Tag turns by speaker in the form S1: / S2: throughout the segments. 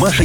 S1: Маша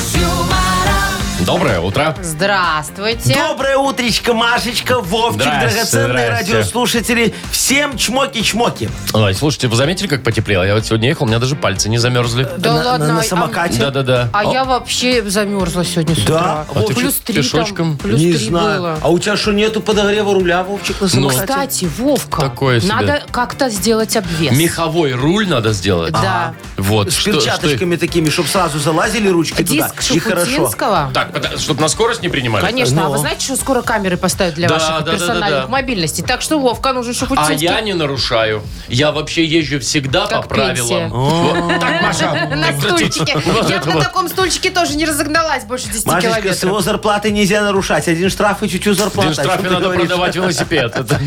S2: Доброе утро.
S3: Здравствуйте.
S4: Доброе утречко, Машечка, Вовчик,
S2: Здрасте,
S4: драгоценные
S2: здрасте.
S4: радиослушатели. Всем чмоки-чмоки.
S2: Ой, слушайте, вы заметили, как потеплело? Я вот сегодня ехал, у меня даже пальцы не замерзли.
S3: Да
S4: на,
S3: ладно.
S4: на- на
S3: а-
S4: самокате.
S2: Да-да-да.
S3: А я вообще замерзла сегодня с
S4: Да?
S3: утра.
S4: А ты
S3: плюс
S2: чё,
S3: три
S2: пешочком?
S3: там, плюс
S4: Не
S3: три
S4: знаю.
S3: было.
S4: А у тебя что, нету подогрева руля, Вовчик, на
S2: Ну,
S4: самокате?
S3: Кстати, Вовка,
S2: Такое себе.
S3: надо как-то сделать обвес.
S2: Меховой руль надо сделать.
S3: Да.
S2: Вот.
S4: С
S2: что- что-
S4: перчаточками такими, чтобы сразу залазили ручки
S3: Диск
S4: туда. И хорошо.
S3: Шуфутинского.
S2: Так, чтобы на скорость не принимали.
S3: Конечно, а
S4: Но.
S3: вы знаете, что скоро камеры поставят для
S2: Ну. Да,
S3: ваших
S2: да, да, да,
S3: персональных
S2: да.
S3: мобильностей? Так что, Вовка, нужен
S2: А
S3: Шуфутинский.
S2: я не нарушаю. Я вообще езжу всегда
S3: Как
S2: по правилам.
S3: пенсия.
S2: Вот Так, Маша.
S3: На стульчике. Я бы на таком стульчике тоже не разогналась больше 10
S4: Машечка, с
S3: километров.
S4: его зарплаты нельзя нарушать. Один штраф и чуть-чуть зарплата.
S2: Блин,
S4: О чем
S2: штрафе
S4: ну, ты
S2: надо
S4: говоришь?
S2: продавать велосипед. Это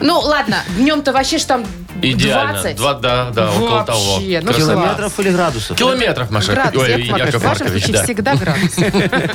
S3: Ну, ладно, днем-то вообще ж там
S2: Идеально.
S3: 20.
S2: Два, да, да, около того.
S3: Вообще, ну
S2: Красота.
S3: класс.
S4: Километров или градусов?
S2: Километров, Маша.
S3: Градус,
S2: Ой,
S3: Яков Маркович.
S2: Яков
S3: В вашем
S2: Маркович,
S3: случае
S2: да.
S3: всегда градус.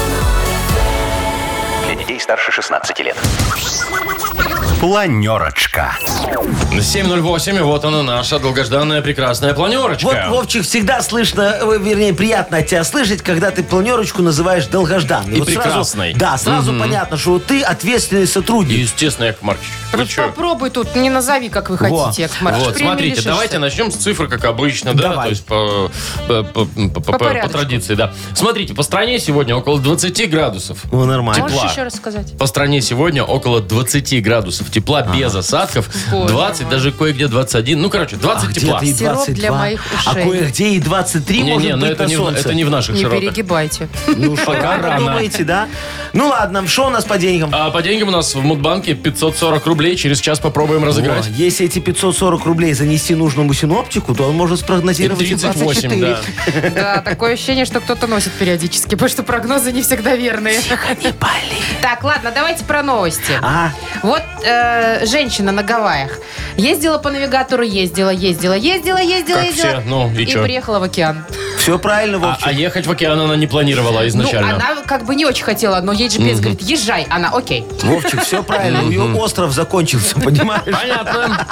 S5: Для детей старше 16 лет.
S1: Планерочка.
S2: 7.08, и вот она наша долгожданная прекрасная
S4: Вот,
S2: планерочка.
S4: Вовчик, всегда слышно, э, вернее, приятно от тебя слышать, когда ты планерочку называешь долгожданной.
S2: И
S4: вот сразу-
S2: прекрасной.
S4: да, сразу понятно, что вот ты ответственный сотрудник.
S2: Естественно, Яков Маркович. Вы
S3: Просто
S2: чё?
S3: Попробуй тут, не назови, как вы хотите, Яков Маркович.
S2: Вот,
S3: Премии
S2: смотрите,
S3: лишишься.
S2: давайте начнем с цифр, как обычно, да,
S4: Давай.
S2: то есть по, по- по- по- по- по
S3: порядочку.
S2: традиции, да. Смотрите, по стране сегодня около 20 градусов.
S4: Ну, нормально.
S3: Можешь
S2: тепла.
S3: еще раз сказать?
S2: По стране сегодня около 20 градусов тепла без осадков,
S3: Боже
S2: 20,
S3: мой.
S2: даже кое-где 21, ну, короче, 20 тепла.
S4: А Где-то и
S3: Сироп
S4: 22,
S3: для моих
S4: а
S3: ушей.
S4: кое-где и 23 может
S2: ну
S4: быть
S2: это
S4: на
S2: не, в-
S4: солнце.
S2: это не в наших
S3: Не
S2: широтах.
S3: перегибайте.
S4: Ну, что,
S2: Пока
S4: рано
S2: рано.
S4: думаете, да? Ну, ладно, что у нас по деньгам?
S2: А по деньгам у нас в Мудбанке 540 рублей, через час попробуем разыграть.
S4: О, если эти 540 рублей занести нужному синоптику, то он может
S2: И
S4: спрогнозировать и
S2: 38,
S4: 24.
S2: да.
S3: Да, такое ощущение, что кто-то носит периодически, потому что прогнозы не всегда верные. Так, ладно, давайте про новости.
S4: А,
S3: Вот э, женщина на Гавайях ездила по навигатору, ездила, ездила, ездила, ездила,
S2: Как
S3: ездила.
S2: все, ну, и чё?
S3: приехала в океан.
S4: все правильно,
S2: А,
S4: Вовчик.
S2: а ехать в океан она не планировала изначально.
S3: Ну, она как бы не очень хотела, но ей GPS говорит, езжай. Она, окей,
S4: Вовчик, все правильно. У нее остров закончился, понимаешь?
S2: Понятно.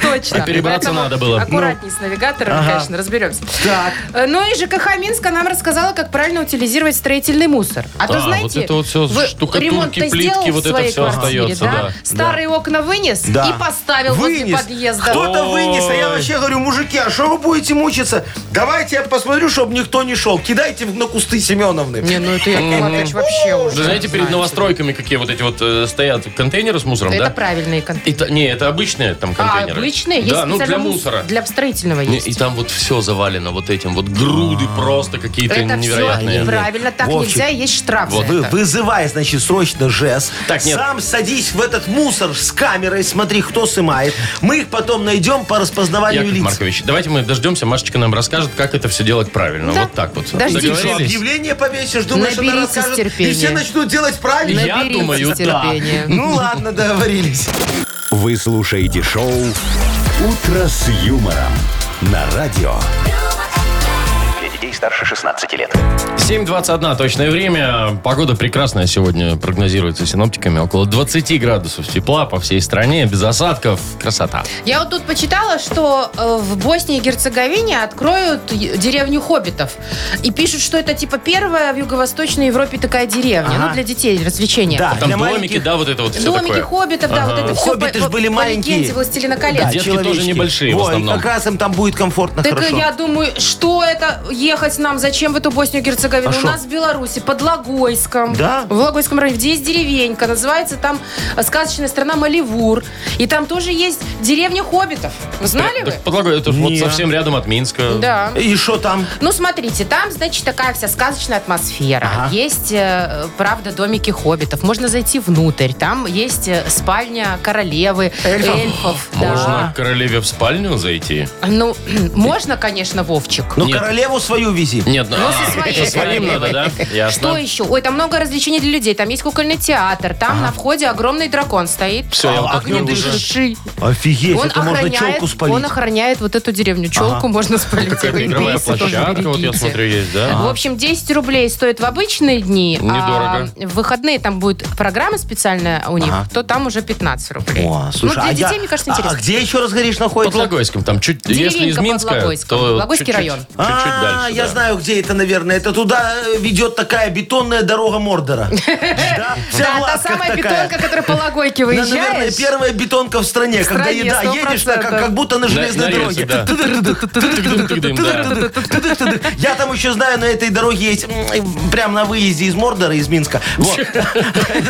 S3: точно.
S2: А перебраться
S3: Поэтому
S2: надо было. Ну.
S3: Аккуратней с навигатором,
S4: Ага.
S3: конечно, разберемся.
S4: Так.
S3: Э, Ну и ЖКХ Минска нам рассказала, как правильно утилизировать строительный мусор. А то,
S2: А,
S3: знаете,
S2: вот это вот всё,
S3: вы
S2: штукатурки,
S3: ремонт-то
S2: плитки,
S3: сделал в
S2: вот это
S3: своей
S2: всё
S3: квартире,
S2: остаётся, да.
S3: Старые окна вынес
S4: Да.
S3: и поставил возле
S4: Вынес.
S3: подъезда.
S4: Кто-то вынес, а я
S2: Ой.
S4: вообще говорю, мужики, а что вы будете мучиться? Давайте я посмотрю, чтобы никто не шел. Кидайте в- на кусты Семеновны.
S3: Не, ну это Яков Маркович вообще уже.
S2: Вы знаете, перед новостройками какие вот эти вот э, стоят контейнеры с мусором,
S3: Это
S2: да?
S3: правильные
S2: И
S3: контейнеры.
S2: та- не, это обычные там
S3: А,
S2: контейнеры.
S3: обычные? Есть
S2: Да, ну для
S3: специально мус-
S2: мусора.
S3: Для строительного
S2: Не,
S3: есть.
S2: И там вот все завалено вот этим, вот груды просто какие-то
S3: Это все
S2: невероятные.
S3: неправильно, так
S4: Вовчик.
S3: нельзя, есть штраф. за
S2: Вот
S3: это.
S4: Вы, вызывай, значит, срочно ЖЭС.
S2: Так, нет.
S4: Сам садись в этот мусор с камерой, смотри, кто сымает. Мы их потом найдем по распознаванию
S2: Яков
S4: лиц.
S2: Маркович, давайте мы дождемся, Машечка нам расскажет, как это все делать правильно.
S3: Да.
S2: Вот так вот.
S3: Дождитесь.
S4: Ты что,
S2: Договорились?
S4: объявление повесишь, думаешь, она
S3: Наберитесь
S4: расскажет,
S3: терпения.
S4: и все начнут делать правильно?
S2: Я
S3: Наберитесь
S2: думаю, да.
S3: терпения.
S4: Ну ладно, договорились.
S1: Вы слушаете шоу «Утро с юмором» на радио.
S5: Для детей старше 16 лет.
S2: 7.21 точное время. Погода прекрасная сегодня прогнозируется синоптиками. Около 20 градусов тепла по всей стране, без осадков. Красота.
S3: Я вот тут почитала, что э, в Боснии и Герцеговине откроют е- деревню хоббитов. И пишут, что это типа первая в Юго-Восточной Европе такая деревня.
S4: Ага.
S3: Ну, для детей, развлечения.
S4: Да,
S2: Там
S4: для
S2: домики,
S4: маленьких-
S2: да, вот это вот все
S3: А Домики
S2: такое.
S3: хоббитов, да, вот это все
S4: Хоббиты
S3: по,
S4: ж были
S3: по
S4: маленькие.
S3: легенде «Властелина колец».
S4: Да,
S2: детки
S4: человечки.
S2: тоже небольшие в
S4: Во, и
S2: основном.
S4: как раз им там будет комфортно,
S3: Так э,
S4: хорошо.
S3: я думаю, что это ехать нам? Зачем в эту Боснию и Герцеговину?
S4: А
S3: У
S4: шо?
S3: нас в Беларуси, под Логойском.
S4: Да?
S3: В Логойском районе, где есть деревенька. Называется там э, сказочная страна Маливур. И там тоже есть деревня хоббитов. Вы знали вы?
S2: Так предлагаю, это ж вот
S4: Не.
S2: совсем рядом от Минска.
S3: Да.
S4: И что там?
S3: Ну, смотрите, там, значит, такая вся сказочная атмосфера.
S4: Ага.
S3: Есть, э, правда, домики хоббитов. Можно зайти внутрь. Там есть э, спальня королевы, эльфов. да.
S2: Можно к королеве в спальню зайти.
S3: Ну, можно, конечно, Вовчик.
S4: Ну,
S2: Нет.
S4: королеву свою вези.
S2: Нет, ну,
S3: Но со
S2: а,
S3: своей
S2: со своим
S3: стороны.
S2: надо, да?
S3: Что
S2: Ясно.
S3: еще? Ой, там много развлечений для людей. Там есть кукольный театр, там на входе огромный дракон стоит.
S2: Все, я
S4: А,
S2: вот так
S4: огнем
S2: не
S4: дышишь?
S2: уже.
S3: Ши.
S4: Офигеть,
S3: Он
S4: это можно челку
S3: охраняет,
S4: спалить.
S3: он охраняет вот эту деревню. Челку можно спалить.
S2: Какая-то
S3: Вы
S2: игровая
S3: бейсы тоже
S2: площадка, вот я
S3: берегите.
S2: смотрю, есть, да?
S3: В общем, 10 рублей стоит в обычные дни.
S2: Недорого.
S3: А в выходные там будет программа специальная у них,
S4: Ага.
S3: то там уже 15 рублей.
S4: О,
S3: ну,
S4: слушай,
S3: для
S4: а
S3: детей,
S4: я-
S3: мне кажется,
S4: а-
S3: интересно.
S4: А где еще, раз говоришь,
S2: Под
S4: находится?
S2: Логойском, там чуть, если
S3: Деревенька
S2: из
S3: под
S2: Минска,
S3: Логойском.
S2: то
S3: Логойский
S2: чуть-чуть-
S3: район.
S2: Чуть-чуть
S4: А,
S2: дальше,
S4: я
S2: да.
S4: знаю, где это, наверное. Это туда э, ведет такая бетонная дорога Мордора. Да, вся в
S3: Да, А та
S4: латках
S3: самая
S4: такая.
S3: бетонка, которая по Логойке
S4: Да, наверное,
S3: выезжаешь.
S4: первая бетонка в стране, когда
S3: стране,
S4: еда
S3: 100%.
S4: едешь, так, как, как будто на железной
S2: на рельсы,
S4: дороге.
S2: да. Тык-тык-тык-тык-тык, да.
S4: Я там еще знаю, на этой дороге есть м, прям на выезде из Мордора, из Минска. Вот. Это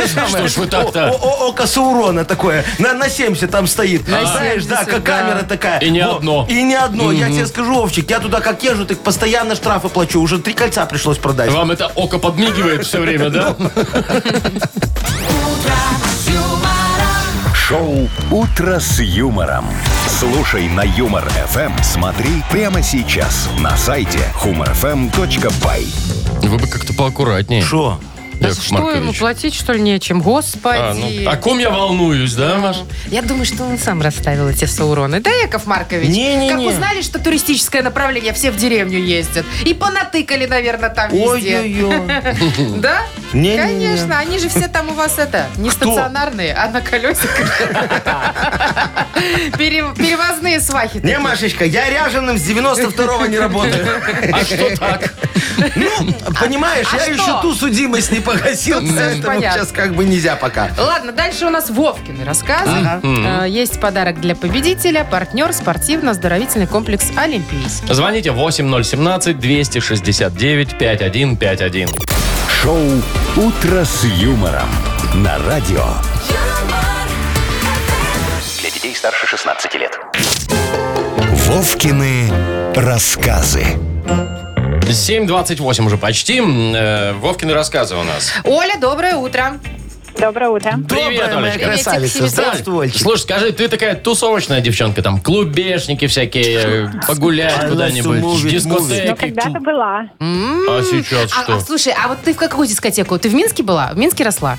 S4: самое.
S2: Что ж вы так-то?
S4: О- о- Око Саурона такое. На, на 70 там стоит. Знаешь, да,
S3: 70,
S4: как
S3: да.
S4: камера такая.
S2: И не
S4: Во.
S2: одно.
S4: И не одно. Я тебе скажу, Овчик, я туда как езжу, так постоянно штрафы плачу. Уже три кольца пришлось продать.
S2: Вам это око подмигивает все время, да?
S1: Шоу «Утро с юмором». Слушай на Юмор ФМ. Смотри прямо сейчас на сайте humorfm.by.
S2: Вы бы как-то поаккуратнее.
S4: Что?
S3: Да
S2: Яков
S3: что ему,
S2: Маркович.
S3: платить, что ли, нечем?
S2: А, ну,
S3: Господи.
S2: О ком я волнуюсь, да, Маш?
S3: Я думаю, что он сам расставил эти сауроны. Да, Яков Маркович?
S4: Не-не-не.
S3: Как узнали, что туристическое направление, все в деревню ездят. И понатыкали, наверное, там везде.
S4: Ой-ой-ой.
S3: Да?
S4: Не-не-не.
S3: Конечно, они же все там у вас это, не
S4: Кто?
S3: стационарные, а на колесиках. Пере- Перевозные свахи.
S4: Не, Машечка, я ряженым с 92-го не работаю.
S2: А что так?
S4: Ну, понимаешь,
S3: а
S4: я
S3: что?
S4: еще ту судимость не погасил,
S3: Ну,
S4: поэтому
S3: понятно.
S4: сейчас как бы нельзя пока.
S3: Ладно, дальше у нас Вовкины рассказы. Э, Есть подарок для победителя, партнер спортивно-оздоровительный комплекс «Олимпийский».
S2: Звоните 8017-269-5151.
S1: Шоу «Утро с юмором» на радио.
S5: Для детей старше 16 лет.
S1: Вовкины рассказы.
S2: 7.28 уже почти. Э, Вовкины рассказы у нас.
S3: Оля, доброе утро.
S6: Доброе утро.
S2: Привет,
S4: Добрая моя
S2: Олечка.
S4: красавица.
S3: Приветик,
S4: Здравствуй, Олечка.
S2: Слушай, скажи, ты такая тусовочная девчонка, там клубешники всякие, э, погулять
S4: I
S2: куда-нибудь,
S4: love to move it,
S3: Ну,
S6: Но
S2: дискотеки.
S6: когда-то Ну, была.
S2: А сейчас
S3: А, а,
S2: что?
S3: слушай, а вот ты в какую дискотеку? Ты в Минске была? В Минске росла?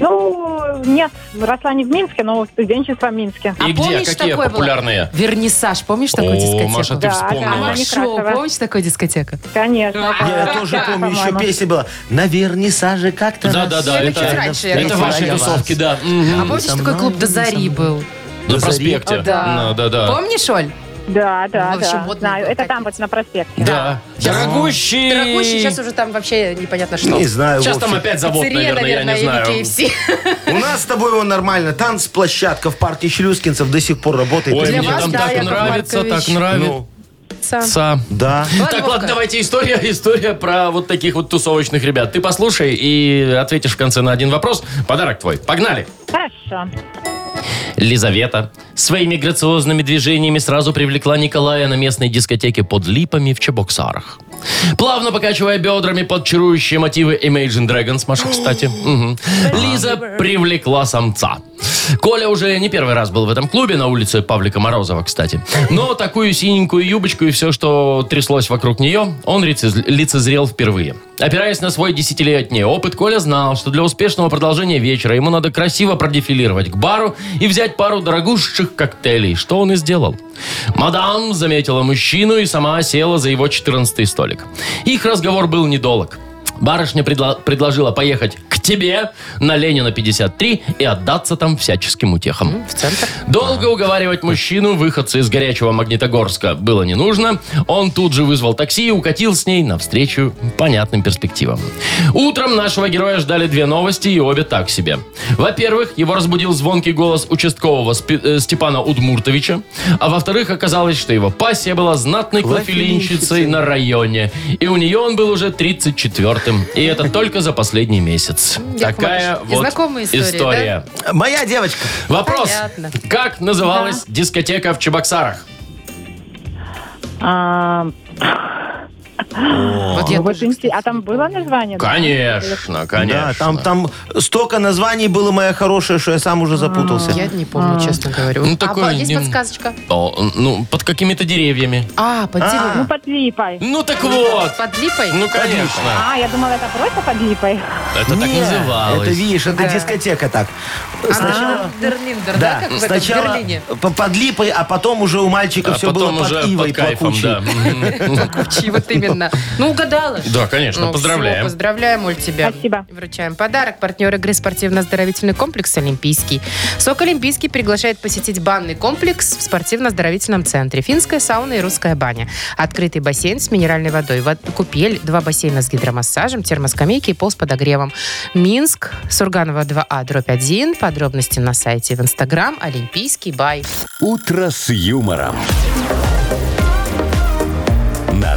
S6: Ну, нет, росла не в Минске, но студенчество в Минске.
S2: И
S3: а
S2: где?
S3: помнишь,
S2: Какие
S3: такое было?
S2: популярные?
S3: Вернисаж, помнишь такую
S2: О,
S3: дискотеку?
S2: Маша, ты
S6: Да, да,
S2: вспомнила.
S6: она не
S3: Шоу,
S6: Некрасова.
S3: помнишь такую дискотеку? А
S6: Конечно.
S4: Я тоже помню, еще
S6: по-моему.
S4: песня была. Наверное, Сажа как-то
S2: Да,
S4: раз
S2: да, да,
S3: Всё-таки
S2: это,
S3: раньше,
S2: это
S3: наверное,
S2: ваши
S4: я вас.
S2: тусовки, да. Мгм.
S3: А помнишь,
S4: со
S3: такой
S4: мной,
S3: клуб до зари был?
S2: На
S4: Зари.
S2: проспекте.
S6: О,
S2: Ну,
S6: да.
S2: да, да.
S3: Помнишь, Оль?
S6: Да, да,
S3: Ну, в общем,
S6: да.
S3: вот
S6: Знаю,
S3: мы
S6: это там
S3: такие.
S6: вот на проспекте.
S2: Да.
S3: Сейчас-
S2: Дорогущий.
S3: Дорогущий, сейчас уже там вообще непонятно что.
S4: Не знаю,
S2: Сейчас
S4: в
S2: там
S4: общем.
S2: опять завод,
S3: Пиццерия,
S2: наверное, я не
S3: наверное,
S2: знаю.
S3: или KFC.
S4: У нас с тобой его нормально. Танцплощадка в парке Челюскинцев до сих пор работает.
S2: Ой,
S3: Для
S2: мне
S3: вас,
S2: там
S3: да,
S2: так
S3: Яков
S2: нравится,
S3: Маркович.
S2: так нравится.
S4: Ну, да.
S2: Так, ладно,
S3: Вовка.
S2: давайте история, история про вот таких вот тусовочных ребят. Ты послушай и ответишь в конце на один вопрос. Подарок твой. Погнали.
S6: Хорошо.
S2: Лизавета своими грациозными движениями сразу привлекла Николая на местной дискотеке под липами в Чебоксарах. Плавно покачивая бедрами под чарующие мотивы Imagine Dragons, Маша, кстати. Мгм. Лиза привлекла самца. Коля уже не первый раз был в этом клубе, на улице Павлика Морозова, кстати. Но такую синенькую юбочку и все, что тряслось вокруг нее, он лицез- лицезрел впервые. Опираясь на свой десятилетний опыт, Коля знал, что для успешного продолжения вечера ему надо красиво продефилировать к бару и взять пару дорогущих коктейлей, что он и сделал. Мадам заметила мужчину и сама села за его 14-й столик. Их разговор был недолг. Барышня предла- предложила поехать к тебе на Ленина 53 и отдаться там всяческим утехам. В центр? Долго уговаривать мужчину, выходца из горячего Магнитогорска, было не нужно. Он тут же вызвал такси и укатил с ней навстречу понятным перспективам. Утром нашего героя ждали две новости, и обе так себе. Во-первых, его разбудил звонкий голос участкового Спи- э, Степана Удмуртовича. А во-вторых, оказалось, что его пассия была знатной клофелинщицей на районе. И у нее он был уже 34-м. И это только за последний месяц.
S3: Яков
S2: Такая
S3: Маркович, и
S2: вот
S3: знакомые истории,
S2: история.
S4: Моя девочка.
S2: Вопрос.
S3: Понятно.
S2: Как называлась дискотека в Чебоксарах?
S6: А,
S3: Вот я
S6: Ну, вот
S3: тоже,
S6: инте- А
S3: кстати,
S6: там было название? да?
S2: Конечно, конечно.
S4: Да, там, там столько названий было, моя хорошая, что я сам уже запутался.
S3: Я не помню, честно говорю.
S2: Ну,
S3: А,
S2: такое
S3: по- есть
S2: не-
S3: подсказочка?
S2: О, ну, под какими-то деревьями.
S3: А, под
S6: Ну,
S3: деревом.
S6: под липой.
S2: Ну, так вот.
S3: Под липой?
S2: Ну, конечно.
S6: А, я думала, это просто под липой.
S2: Это так
S4: Не,
S2: называлось.
S4: Это, видишь, это
S3: Да.
S4: дискотека так.
S3: Она А, Дерлиндер, да, как в этом
S4: сначала
S3: Берлине?
S4: по- под липой, а потом уже у мальчика
S2: А
S4: все было
S2: потом
S4: под
S2: уже
S4: ивой
S2: под кайфом,
S4: плакучей.
S2: да. Мгм.
S3: Кучи, вот именно. Ну, угадала. ж.
S2: Да, конечно,
S3: Ну,
S2: поздравляем.
S3: всё, поздравляем, Оль, тебя.
S6: Спасибо.
S3: Вручаем подарок. Партнер игры спортивно-оздоровительный комплекс «Олимпийский». СОК «Олимпийский» приглашает посетить банный комплекс в спортивно-оздоровительном центре. Финская сауна и русская баня. Открытый бассейн с минеральной водой, вод- купель, два бассейна с гидромассажем, термоскамейки и пол с подогревом. Минск, Сурганова 2А, дробь 1. Подробности на сайте и в Инстаграм «Олимпийский бай».
S1: «Утро с юмором». На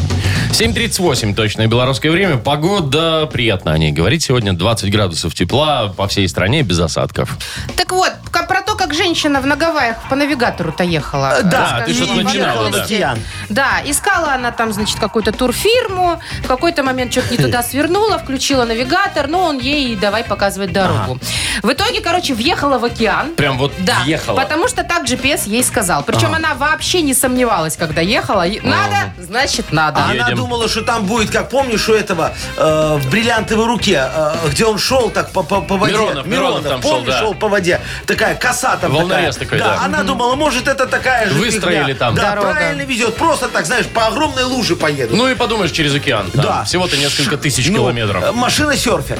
S2: 7.38 точное белорусское время. Погода приятно о ней говорить. Сегодня 20 градусов тепла по всей стране без осадков.
S3: Так вот, к- про то, как женщина в на Гавайях по навигатору-то ехала.
S4: Э, да,
S3: Расскажи
S2: А, ты что-то
S3: мне
S2: начинала, да.
S3: подробности.
S4: Океан.
S3: Да, искала она там, значит, какую-то турфирму, в какой-то момент что-то не туда свернула, включила навигатор, но он ей давай показывать дорогу. В итоге, короче, въехала в океан.
S2: Прям вот
S3: Да,
S2: въехала.
S3: потому что так GPS ей сказал. Причем она вообще не сомневалась, когда ехала. И Надо, значит, надо.
S4: А Она
S2: Едем.
S4: думала, что там будет, как помнишь, у этого э, в бриллиантовой руке, э, где он шел так по, по- по воде.
S2: Миронов, Миронов там шел,
S4: помнишь,
S2: да.
S4: по воде. Такая коса там
S2: Волнорез
S4: такая.
S2: такой, да.
S4: она думала, может, это такая же
S2: Выстроили
S4: фигня.
S2: там.
S4: Да,
S3: Дорога.
S4: правильно везет. Просто так, знаешь, по огромной луже поеду.
S2: Ну и подумаешь, через океан. там
S4: Да. Ну,
S2: Всего-то несколько тысяч километров.
S4: э, Машина-серфер.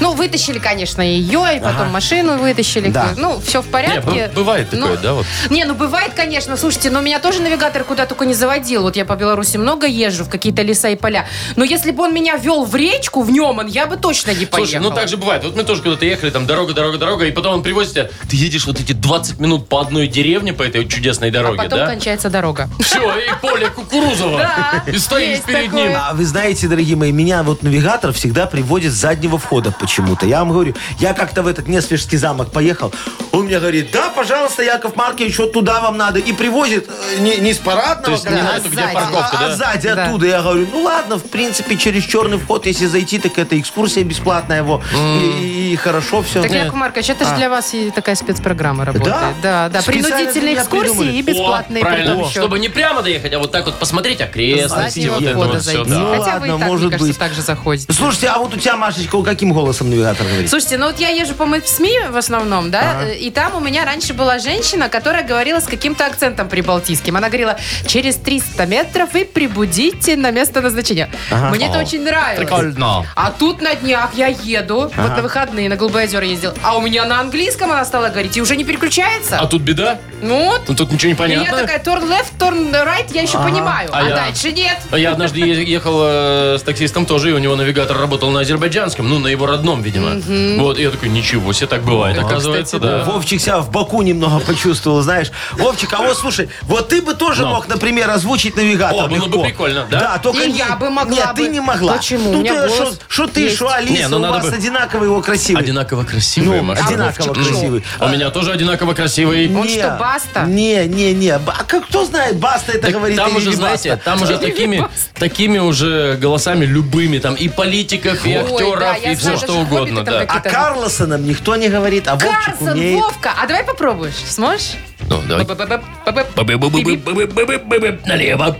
S3: Ну, вытащили, конечно, ее, и потом машину вытащили.
S4: Да.
S3: Ну, все в порядке.
S2: Не, б- бывает такое,
S3: Ну,
S2: да, вот?
S3: Не, ну бывает, конечно. Слушайте, но меня тоже навигатор куда только не заводил. Вот я по Беларуси много езжу, в какие-то леса и поля. Но если бы он меня вел в речку, в нем он, я бы точно не поехала.
S2: Слушай, ну так же бывает. Вот мы тоже куда-то ехали, там дорога, дорога, дорога, и потом он привозит тебя. Ты едешь вот эти 20 минут по одной деревне, по этой чудесной
S3: А
S2: дороге,
S3: потом
S2: да?
S3: кончается дорога.
S2: Все, и поле Кукурузова.
S3: Да,
S2: И стоишь
S3: есть
S2: перед
S3: такое.
S2: ним.
S4: А вы знаете, дорогие мои, меня вот навигатор всегда приводит с заднего входа почему-то. Я вам говорю, я как-то в этот Несвежский замок поехал, он мне говорит, да, пожалуйста, Яков Маркович, вот туда вам надо. И привозит э, не, не с парадного,
S2: То есть не
S4: как-
S2: на эту, где
S3: сзади.
S2: парковка,
S4: а, а
S2: да?
S4: сзади
S3: Да.
S4: оттуда. Я говорю, ну ладно, в принципе, через черный вход, если зайти, так это экскурсия бесплатная его. И, и хорошо все.
S3: Так, Яков Маркович, это же
S2: А.
S3: для вас и такая спецпрограмма работает. Да,
S4: Да?
S3: да.
S4: Специально для
S3: Принудительные
S4: меня
S3: экскурсии
S4: придумали.
S3: и бесплатные.
S2: О, правильно.
S3: притом еще.
S2: Чтобы не прямо доехать, а вот так вот посмотреть
S3: С
S2: окрестности.
S3: заднего
S2: Вот это
S3: входа
S2: вот все,
S3: зайти.
S2: да.
S4: Ну
S3: Хотя вы и
S4: ладно,
S3: так,
S4: может
S3: мне кажется,
S4: быть.
S3: так же заходите.
S4: Слушайте, а вот у тебя, Машечка, каким голосом навигатор говорит?
S3: Слушайте, ну вот я езжу по СМИ в основном, да, э, и там у меня раньше была женщина, которая говорила с каким-то акцентом прибалтийским. Она говорила, через 300 метров и прибудите на место назначения. Мне это
S2: О,
S3: очень нравилось.
S2: прикольно.
S3: А тут на днях я еду, вот на выходные на Голубое озеро ездил, а у меня на английском она стала говорить и уже не переключается.
S2: А тут беда?
S3: Ну вот.
S2: Ну, Тут ничего не
S3: И я
S2: понятно.
S3: такая, turn left, turn right, я еще понимаю,
S2: А
S3: а,
S2: я-
S3: дальше нет.
S2: А Я однажды е- ехал э, с таксистом тоже, и у него навигатор работал на азербайджанском, ну, на его родном, видимо. Вот, и я такой, ничего себе, так бывает, оказывается,
S4: О,
S2: Ну да.
S4: Вовчик себя в боку немного почувствовал, знаешь. Вовчик, а вот слушай, вот ты бы тоже
S2: Но.
S4: мог, например, озвучить навигатор.
S2: О, было бы
S4: легко.
S2: прикольно, да?
S4: только
S3: И
S4: не-
S3: я бы могла
S4: Нет, ты
S3: бы.
S4: не могла.
S3: Почему? У меня голос
S4: Что ты,
S3: есть.
S4: что
S2: Не,
S4: Алиса,
S2: ну,
S4: у
S2: надо
S4: вас
S2: бы-
S4: одинаково его красивый.
S2: Одинаково красивый,
S4: Ну,
S2: Маша.
S4: одинаково
S2: Вовчик.
S4: красивый.
S2: Ну,
S4: Ну,
S2: У меня тоже одинаково красивый.
S3: Он что, Баста?
S4: Не, не, не. Ба- А как кто знает, Баста это
S2: Так
S4: говорит
S2: там
S4: или
S2: уже,
S4: не
S2: знаете,
S4: Баста?
S2: там уже такими, такими уже голосами любыми, там и политиков, и
S3: Ой, да,
S2: актеров,
S3: я
S2: и все
S3: знаю,
S2: что
S3: даже
S2: угодно,
S3: хоббиты там
S2: да.
S3: какие-то.
S4: А
S3: какие-то-
S4: Карлоса нам никто не говорит, а Вовчик
S3: Карсон,
S4: умеет.
S3: Вовка, а давай попробуешь, сможешь?
S2: Ну, давай.
S3: Б-б-б-б, б-б-б.
S2: Бы-бы-бы-бы-бы-бы-бы-бы-бы Налево.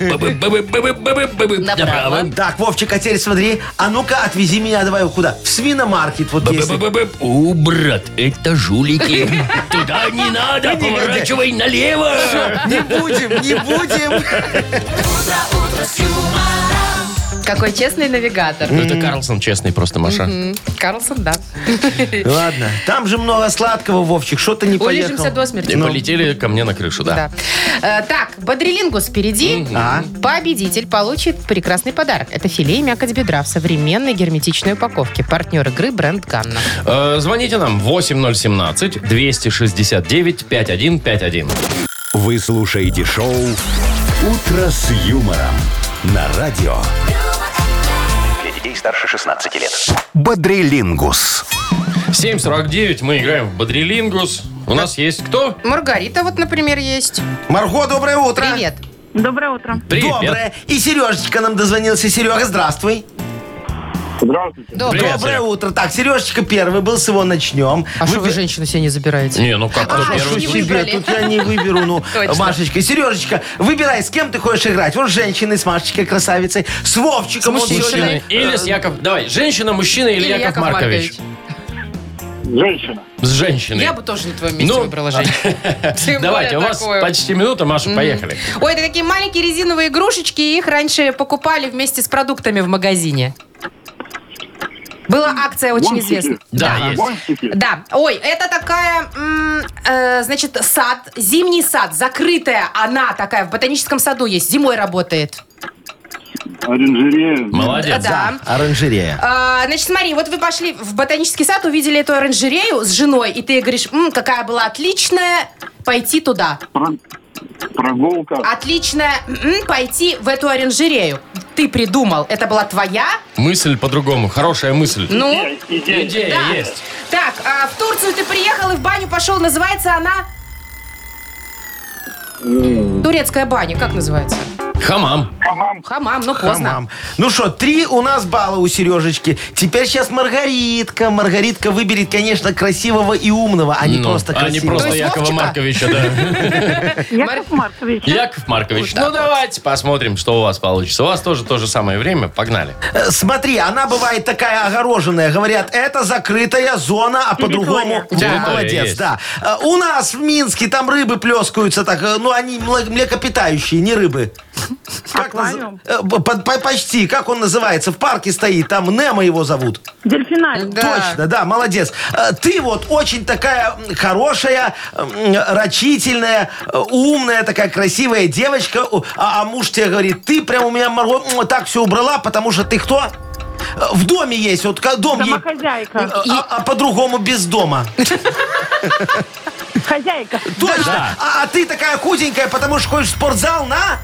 S2: Бы-бы-бы-бы-бы-бы-бы-бы-бы Направо.
S4: Так, Вовчик, а теперь смотри. А ну-ка, отвези меня давай куда? В свиномаркет, вот если.
S2: Бы-бы-бы-бы. У, брат, это жулики. Туда не надо, поворачивай налево.
S4: Не будем, не будем.
S3: Какой честный навигатор.
S2: Ну, Это Карлсон честный просто, Маша.
S3: М, Карлсон, да.
S4: Ладно, там же много сладкого, Вовчик, что ты
S2: Ну,
S4: не поехал.
S3: Улежимся до смерти. Ну,
S2: И полетели ко мне на крышу, да.
S3: Да. Э, Так, Бодрилингус впереди.
S4: А?
S3: Победитель получит прекрасный подарок. Это филе и мякоть бедра в современной герметичной упаковке. Партнер игры бренд Ганна.
S2: Э, Звоните нам 8017-269-5151.
S1: Вы слушаете шоу «Утро с юмором». На радио.
S5: Для детей старше 16 лет.
S1: Бодрилингус.
S2: 7.49, мы играем в Бодрилингус. У нас есть кто?
S3: Маргарита вот, например, есть.
S4: Марго, доброе утро.
S3: Привет.
S6: Доброе утро.
S2: Привет.
S4: Доброе. И Сережечка нам дозвонился. Серега, здравствуй.
S7: Здравствуйте.
S3: Добрый.
S2: Привет,
S4: Доброе
S2: Серег.
S4: утро. Так, Сережечка первый был, с его начнем.
S3: А что вы женщину себе не забираете?
S2: Не, ну как
S3: А,
S2: кто
S4: А
S3: Машечка,
S2: первый?
S4: что
S3: не
S4: себе,
S3: выбрали.
S4: тут я не выберу, ну,
S3: Точно.
S4: Машечка. Сережечка, выбирай, с кем ты хочешь играть. Вот с женщиной, с Машечкой красавицей, с Вовчиком.
S3: С
S4: он
S3: мужчиной.
S4: сегодня-
S2: Мужчина Или с Яков...
S3: Э,
S2: Давай, женщина, мужчина или, Яков, Маркович?
S7: Женщина.
S2: С женщиной.
S3: Я бы тоже на твоем месте
S2: Ну,
S3: выбрала женщину. Тем
S2: Давайте,
S3: более
S2: у вас
S3: такую.
S2: почти минута, Маша, поехали.
S3: Ой, это такие маленькие резиновые игрушечки, и их раньше покупали вместе с продуктами в магазине. Была акция очень
S7: Гонщики.
S3: известная.
S2: Да, есть.
S7: Гонщики.
S3: Да, ой, это такая, м, э, значит, сад, зимний сад, закрытая, она такая в ботаническом саду есть, зимой работает.
S7: Оранжерея.
S2: Молодец.
S3: Да.
S4: Оранжерея.
S3: А, значит, смотри, вот вы пошли в ботанический сад, увидели эту оранжерею с женой, и ты говоришь, «М, какая была отличная, пойти туда.
S7: Про- Прогулка.
S3: Отличная, м, пойти в эту оранжерею. Ты придумал, это была твоя?
S2: Мысль по-другому, хорошая мысль.
S3: Ну,
S7: Идея. идея.
S2: Идея
S3: да.
S2: есть.
S3: Так, а, в Турцию ты приехал и в баню пошел, называется она... Турецкая баня, как называется?
S2: Хамам.
S7: Хамам.
S3: Хамам, но поздно.
S4: Хамам. Ну что, три у нас балла у Сережечки. Теперь сейчас Маргаритка. Маргаритка выберет, конечно, красивого и умного, а не
S2: Ну,
S4: просто
S2: а не
S4: красивого.
S2: просто
S3: То есть
S2: Якова
S3: Вовчика?
S2: Марковича, да.
S6: Яков Маркович.
S2: Яков Маркович, ну давайте посмотрим, что у вас получится. У вас тоже то же самое время, погнали.
S4: Э, Смотри, она бывает такая огороженная. Говорят, это закрытая зона, а по-другому... Во,
S2: Территория
S4: молодец,
S2: Ну, есть.
S4: да. Э, У нас в Минске там рыбы плескаются так, э, ну они мле- млекопитающие, не рыбы. Как наз-
S6: Аквариум?
S4: э, по- по- Почти. Как он называется? В парке стоит, там Немо его зовут.
S6: Дельфинарий.
S4: Точно, да, молодец. Э, Ты вот очень такая м, хорошая, м, рачительная, э, умная, такая красивая девочка, у- а а муж тебе говорит, ты прям у меня Марго, м, так все убрала, потому что ты кто? Э, В доме есть, вот ка- дом ей-
S6: Домохозяйка.
S4: а, а по-другому без дома.
S6: Хозяйка.
S4: Точно. А, а ты такая худенькая, потому что ходишь в спортзал, на?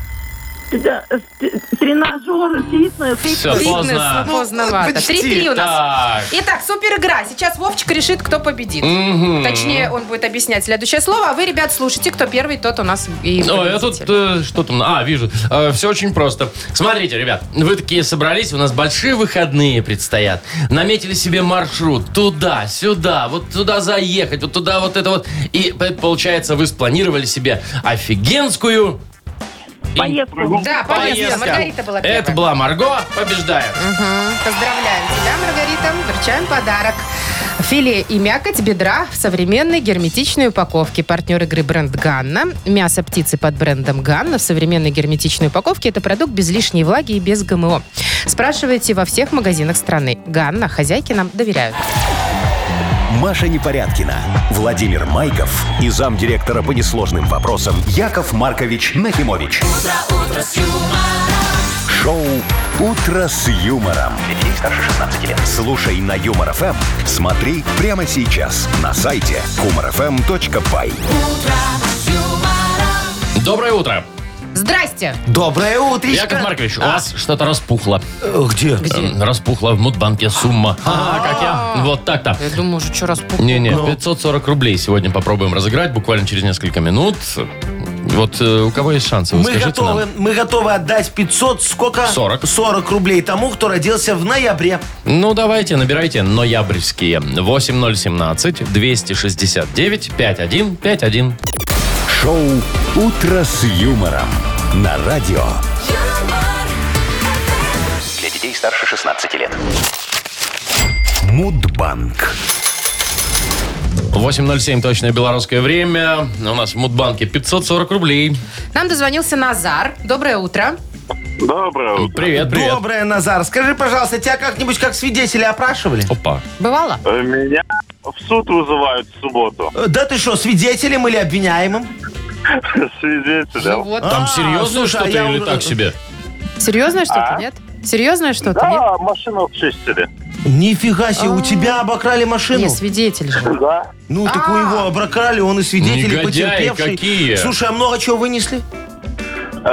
S6: Да, э, т- Тренажер, фитнес.
S2: Все,
S3: Фитнес, ну,
S2: поздно.
S3: поздновато.
S4: почти.
S3: 3-3 у нас.
S2: Так.
S3: Итак, супер игра. Сейчас Вовчик решит, кто победит. Точнее, он будет объяснять следующее слово, а вы, ребят, слушайте, кто первый, тот у нас и
S2: Ну, я тут
S3: победитель.
S2: э, что там? А, вижу. все очень просто. Смотрите, ребят, вы такие собрались, у нас большие выходные предстоят. Наметили себе маршрут туда, сюда, вот туда заехать, вот туда вот это вот. И э, получается, вы спланировали себе офигенскую
S7: э,
S6: Поездку.
S3: Да, А, поездка.
S2: поездку.
S3: Маргарита была первая.
S2: Это была Марго, побеждает.
S3: Мгм. Поздравляем тебя, Маргарита. Вручаем подарок. Филе и мякоть бедра в современной герметичной упаковке. Партнер игры бренд «Ганна». Мясо птицы под брендом «Ганна» в современной герметичной упаковке – это продукт без лишней влаги и без ГМО. Спрашивайте во всех магазинах страны. «Ганна» – хозяйки нам доверяют.
S1: Маша Непорядкина, Владимир Майков и замдиректора по несложным вопросам Яков Маркович Нахимович. Шоу Утро с юмором.
S5: Для детей старше 16 лет.
S1: Слушай на Юмор ФМ. Смотри прямо сейчас на сайте humorfm.by.
S2: Доброе утро.
S3: Здрасте!
S4: Доброе утречко.
S2: Яков Маркович, у
S4: А.
S2: вас что-то распухло.
S4: Э, Где?
S2: Эм, Распухло в Мудбанке сумма. А, как я? Вот так-то.
S3: Я думаю, уже что раз
S2: Не-не, 540 рублей сегодня попробуем разыграть, буквально через несколько минут. Вот э, у кого есть шансы, вы
S4: Мы
S2: скажите
S4: готовы,
S2: нам.
S4: мы готовы отдать 500, сколько?
S2: 40.
S4: 40 рублей тому, кто родился в ноябре.
S2: Ну, давайте, набирайте ноябрьские. 8017-269-5151.
S1: Шоу Утро с юмором на радио.
S5: Для детей старше 16 лет.
S1: Мудбанк.
S2: 8.07, точное белорусское время. У нас в Мудбанке 540 рублей.
S3: Нам дозвонился Назар. Доброе утро.
S7: Доброе утро.
S2: Привет, привет.
S4: Доброе, Назар. Скажи, пожалуйста, тебя как-нибудь как свидетеля опрашивали?
S2: Опа.
S3: Бывало?
S7: Э, Меня в суд вызывают в субботу.
S4: Э, Да ты что, свидетелем или обвиняемым?
S3: Ну
S7: Свидетелем.
S3: вот.
S2: Там
S4: А,
S2: серьезно
S4: слушай, а
S2: что-то
S4: я
S2: или
S4: уже-
S2: так себе?
S3: Серьезное что-то,
S7: А?
S3: нет? Серьезное что-то,
S7: Да, машину чистили.
S4: Нифига себе, у тебя обокрали
S3: нет?
S4: машину?
S3: А. Не А. свидетель же.
S7: Да.
S4: Ну, так у него обокрали, он и свидетель, и
S2: Негодяи
S4: потерпевший.
S2: какие.
S4: Слушай, а много чего вынесли?
S7: Э,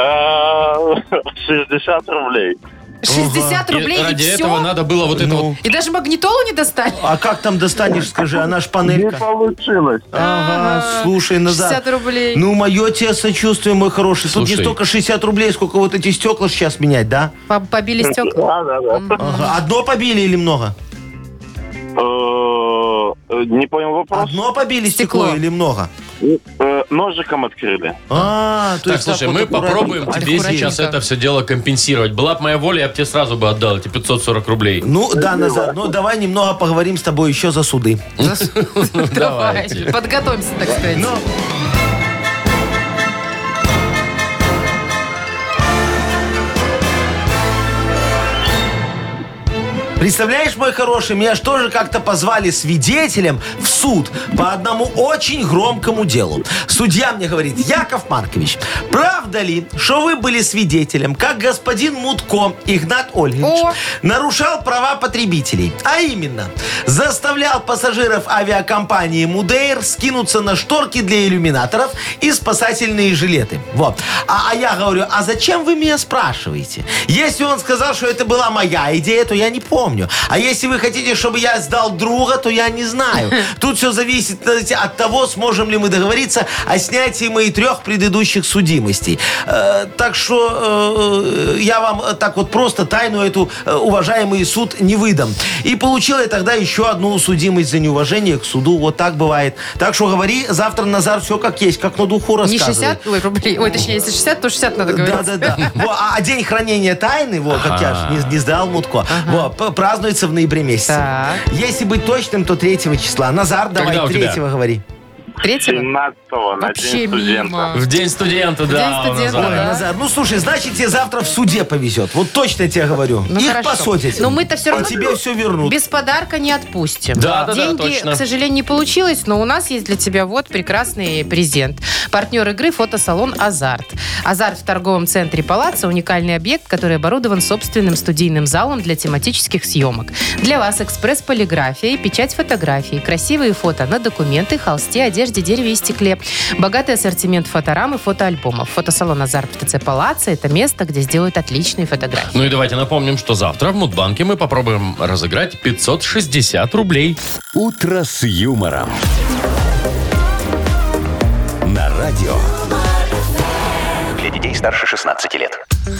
S7: 60 рублей.
S3: Э, 60 рублей и,
S2: ради
S3: все?
S2: этого надо было вот это
S4: Ну.
S2: вот.
S3: И даже магнитолу не достали?
S4: А как там достанешь, скажи, она ж
S7: Не
S4: панелька.
S7: получилось.
S4: Ага, слушай, назад.
S3: 60 рублей.
S4: Ну, мое тебе сочувствие, мой хороший. Тут не
S2: Слушай.
S4: столько 60 рублей, сколько вот эти стекла сейчас менять, да?
S3: Поб- Побили стекла.
S7: Да, да, да.
S4: Ага. Одно побили или много?
S7: Э, Не понял вопрос.
S4: Одно побили стекло,
S3: Стекло.
S4: или много?
S7: Э, Ножиком открыли.
S4: А, то
S2: Так,
S4: есть
S2: слушай,
S4: вот
S2: мы
S4: аккуратно.
S2: попробуем тебе
S3: Аккуратненько.
S2: сейчас это все дело компенсировать. Была бы моя воля, я бы тебе сразу бы отдал эти 540 рублей.
S4: Ну, да, назад. Ну, давай немного поговорим с тобой еще за суды.
S3: Давай.
S2: Давайте.
S3: Подготовимся, так сказать.
S4: Ну, Представляешь, мой хороший, меня же тоже как-то позвали свидетелем в суд по одному очень громкому делу. Судья мне говорит, Яков Маркович, правда ли, что вы были свидетелем, как господин Мутко Игнат Ольгович
S3: О.
S4: нарушал права потребителей, а именно, заставлял пассажиров авиакомпании Мудейр скинуться на шторки для иллюминаторов и спасательные жилеты. Вот. А, а я говорю, а зачем вы меня спрашиваете? Если он сказал, что это была моя идея, то я не помню. А если вы хотите, чтобы я сдал друга, то я не знаю. Тут все зависит знаете, от того, сможем ли мы договориться о снятии моих трех предыдущих судимостей. Э, так что э, я вам э, так вот просто тайну эту, э, уважаемый суд, не выдам. И получила я тогда еще одну судимость за неуважение к суду. Вот так бывает. Так что говори завтра, Назар, все как есть, как на духу
S3: Не ну,
S4: рассказывай.
S3: 60 ой, рублей. Ой, точнее, если 60, то 60 надо говорить.
S4: Да, да, да. Во, а а день хранения тайны, вот, как я ж не, не сдал мутко, во, п- празднуется в ноябре месяце.
S3: Так.
S4: Если быть точным, то 3 числа. Назар, давай
S2: Когда у тебя?
S4: 3 говори.
S3: Третьего?
S7: 17-го на
S3: Вообще
S7: день студента.
S3: мимо.
S2: В день студента, да.
S3: день
S2: у
S3: студента,
S2: Назара.
S4: Ой,
S3: Да.
S4: Назар, ну слушай, значит тебе завтра в суде повезет. Вот точно я тебе говорю.
S3: Ну,
S4: Их
S3: хорошо.
S4: посадят.
S3: Но мы-то все
S4: А
S3: равно
S4: тебе все вернут.
S3: без подарка не отпустим.
S2: Да, да, да,
S3: Деньги,
S2: точно.
S3: к сожалению, не получилось, но у нас есть для тебя вот прекрасный презент. Партнер игры – фотосалон «Азарт». «Азарт» в торговом центре «Палаца» – уникальный объект, который оборудован собственным студийным залом для тематических съемок. Для вас экспресс-полиграфия и печать фотографий, красивые фото на документы, холсте, одежде, дереве и стекле, богатый ассортимент фоторам и фотоальбомов. Фотосалон «Азарт» в ТЦ «Палаца» – это место, где сделают отличные фотографии.
S2: Ну и давайте напомним, что завтра в Мудбанке мы попробуем разыграть 560 рублей.
S1: «Утро с юмором». На радио.
S5: Для детей старше 16 лет.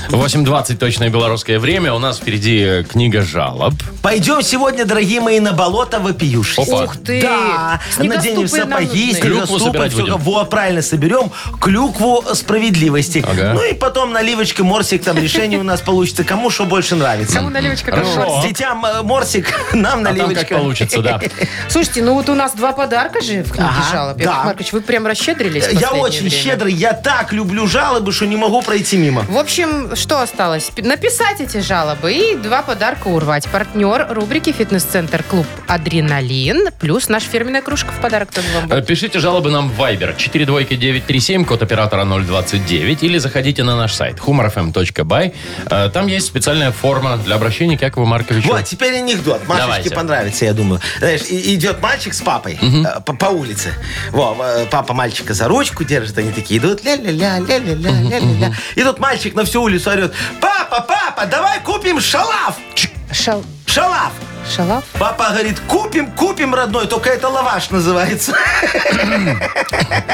S2: 8.20 точное белорусское время. У нас впереди э, книга жалоб.
S4: Пойдем сегодня, дорогие мои, на болото вопиюшись.
S2: Опа.
S3: Ух ты!
S4: Да, наденем
S3: Снегоступы нам
S4: сапоги,
S3: нужны.
S2: Клюкву
S4: снегоступы,
S2: собирать
S4: всё,
S2: будем.
S4: во, правильно, соберем клюкву справедливости.
S2: Ага.
S4: Ну и потом наливочка, морсик, там решение у нас получится. Кому что больше нравится.
S3: Кому наливочка
S2: Хорошо.
S3: хорошо.
S4: Детям э, морсик, нам
S2: А там как
S4: наливочка.
S2: получится, да.
S3: Слушайте, ну вот у нас два подарка же в книге
S4: Ага,
S3: жалоб.
S4: да.
S3: Яков Маркович, вы прям расщедрились в
S4: Я
S3: последнее
S4: очень
S3: время.
S4: щедрый, я так люблю жалобы, что не могу пройти мимо.
S3: В общем, что осталось? Пи- Написать эти жалобы и два подарка урвать. Партнер рубрики «Фитнес-центр Клуб Адреналин» плюс наша фирменная кружка в подарок тоже вам
S2: Э,
S3: будет.
S2: Пишите жалобы нам в Viber 42937, код оператора 029, или заходите на наш сайт humorfm.by. Э, Там есть специальная форма для обращения к Якову Марковичу.
S4: Вот, теперь анекдот.
S2: Давайте.
S4: Машечке понравится, я думаю. Знаешь, и- идет мальчик с папой э, по, по улице. Во, э, папа мальчика за ручку держит, они такие идут. Ля-ля-ля, ля-ля-ля, ля-ля-ля. И тут мальчик на всю улицу орет. Папа, папа, давай купим шалав. Чик,
S2: Э.
S3: Шал...
S4: Шалав.
S3: Шалав?
S4: Папа говорит, купим, купим, родной, только это лаваш называется.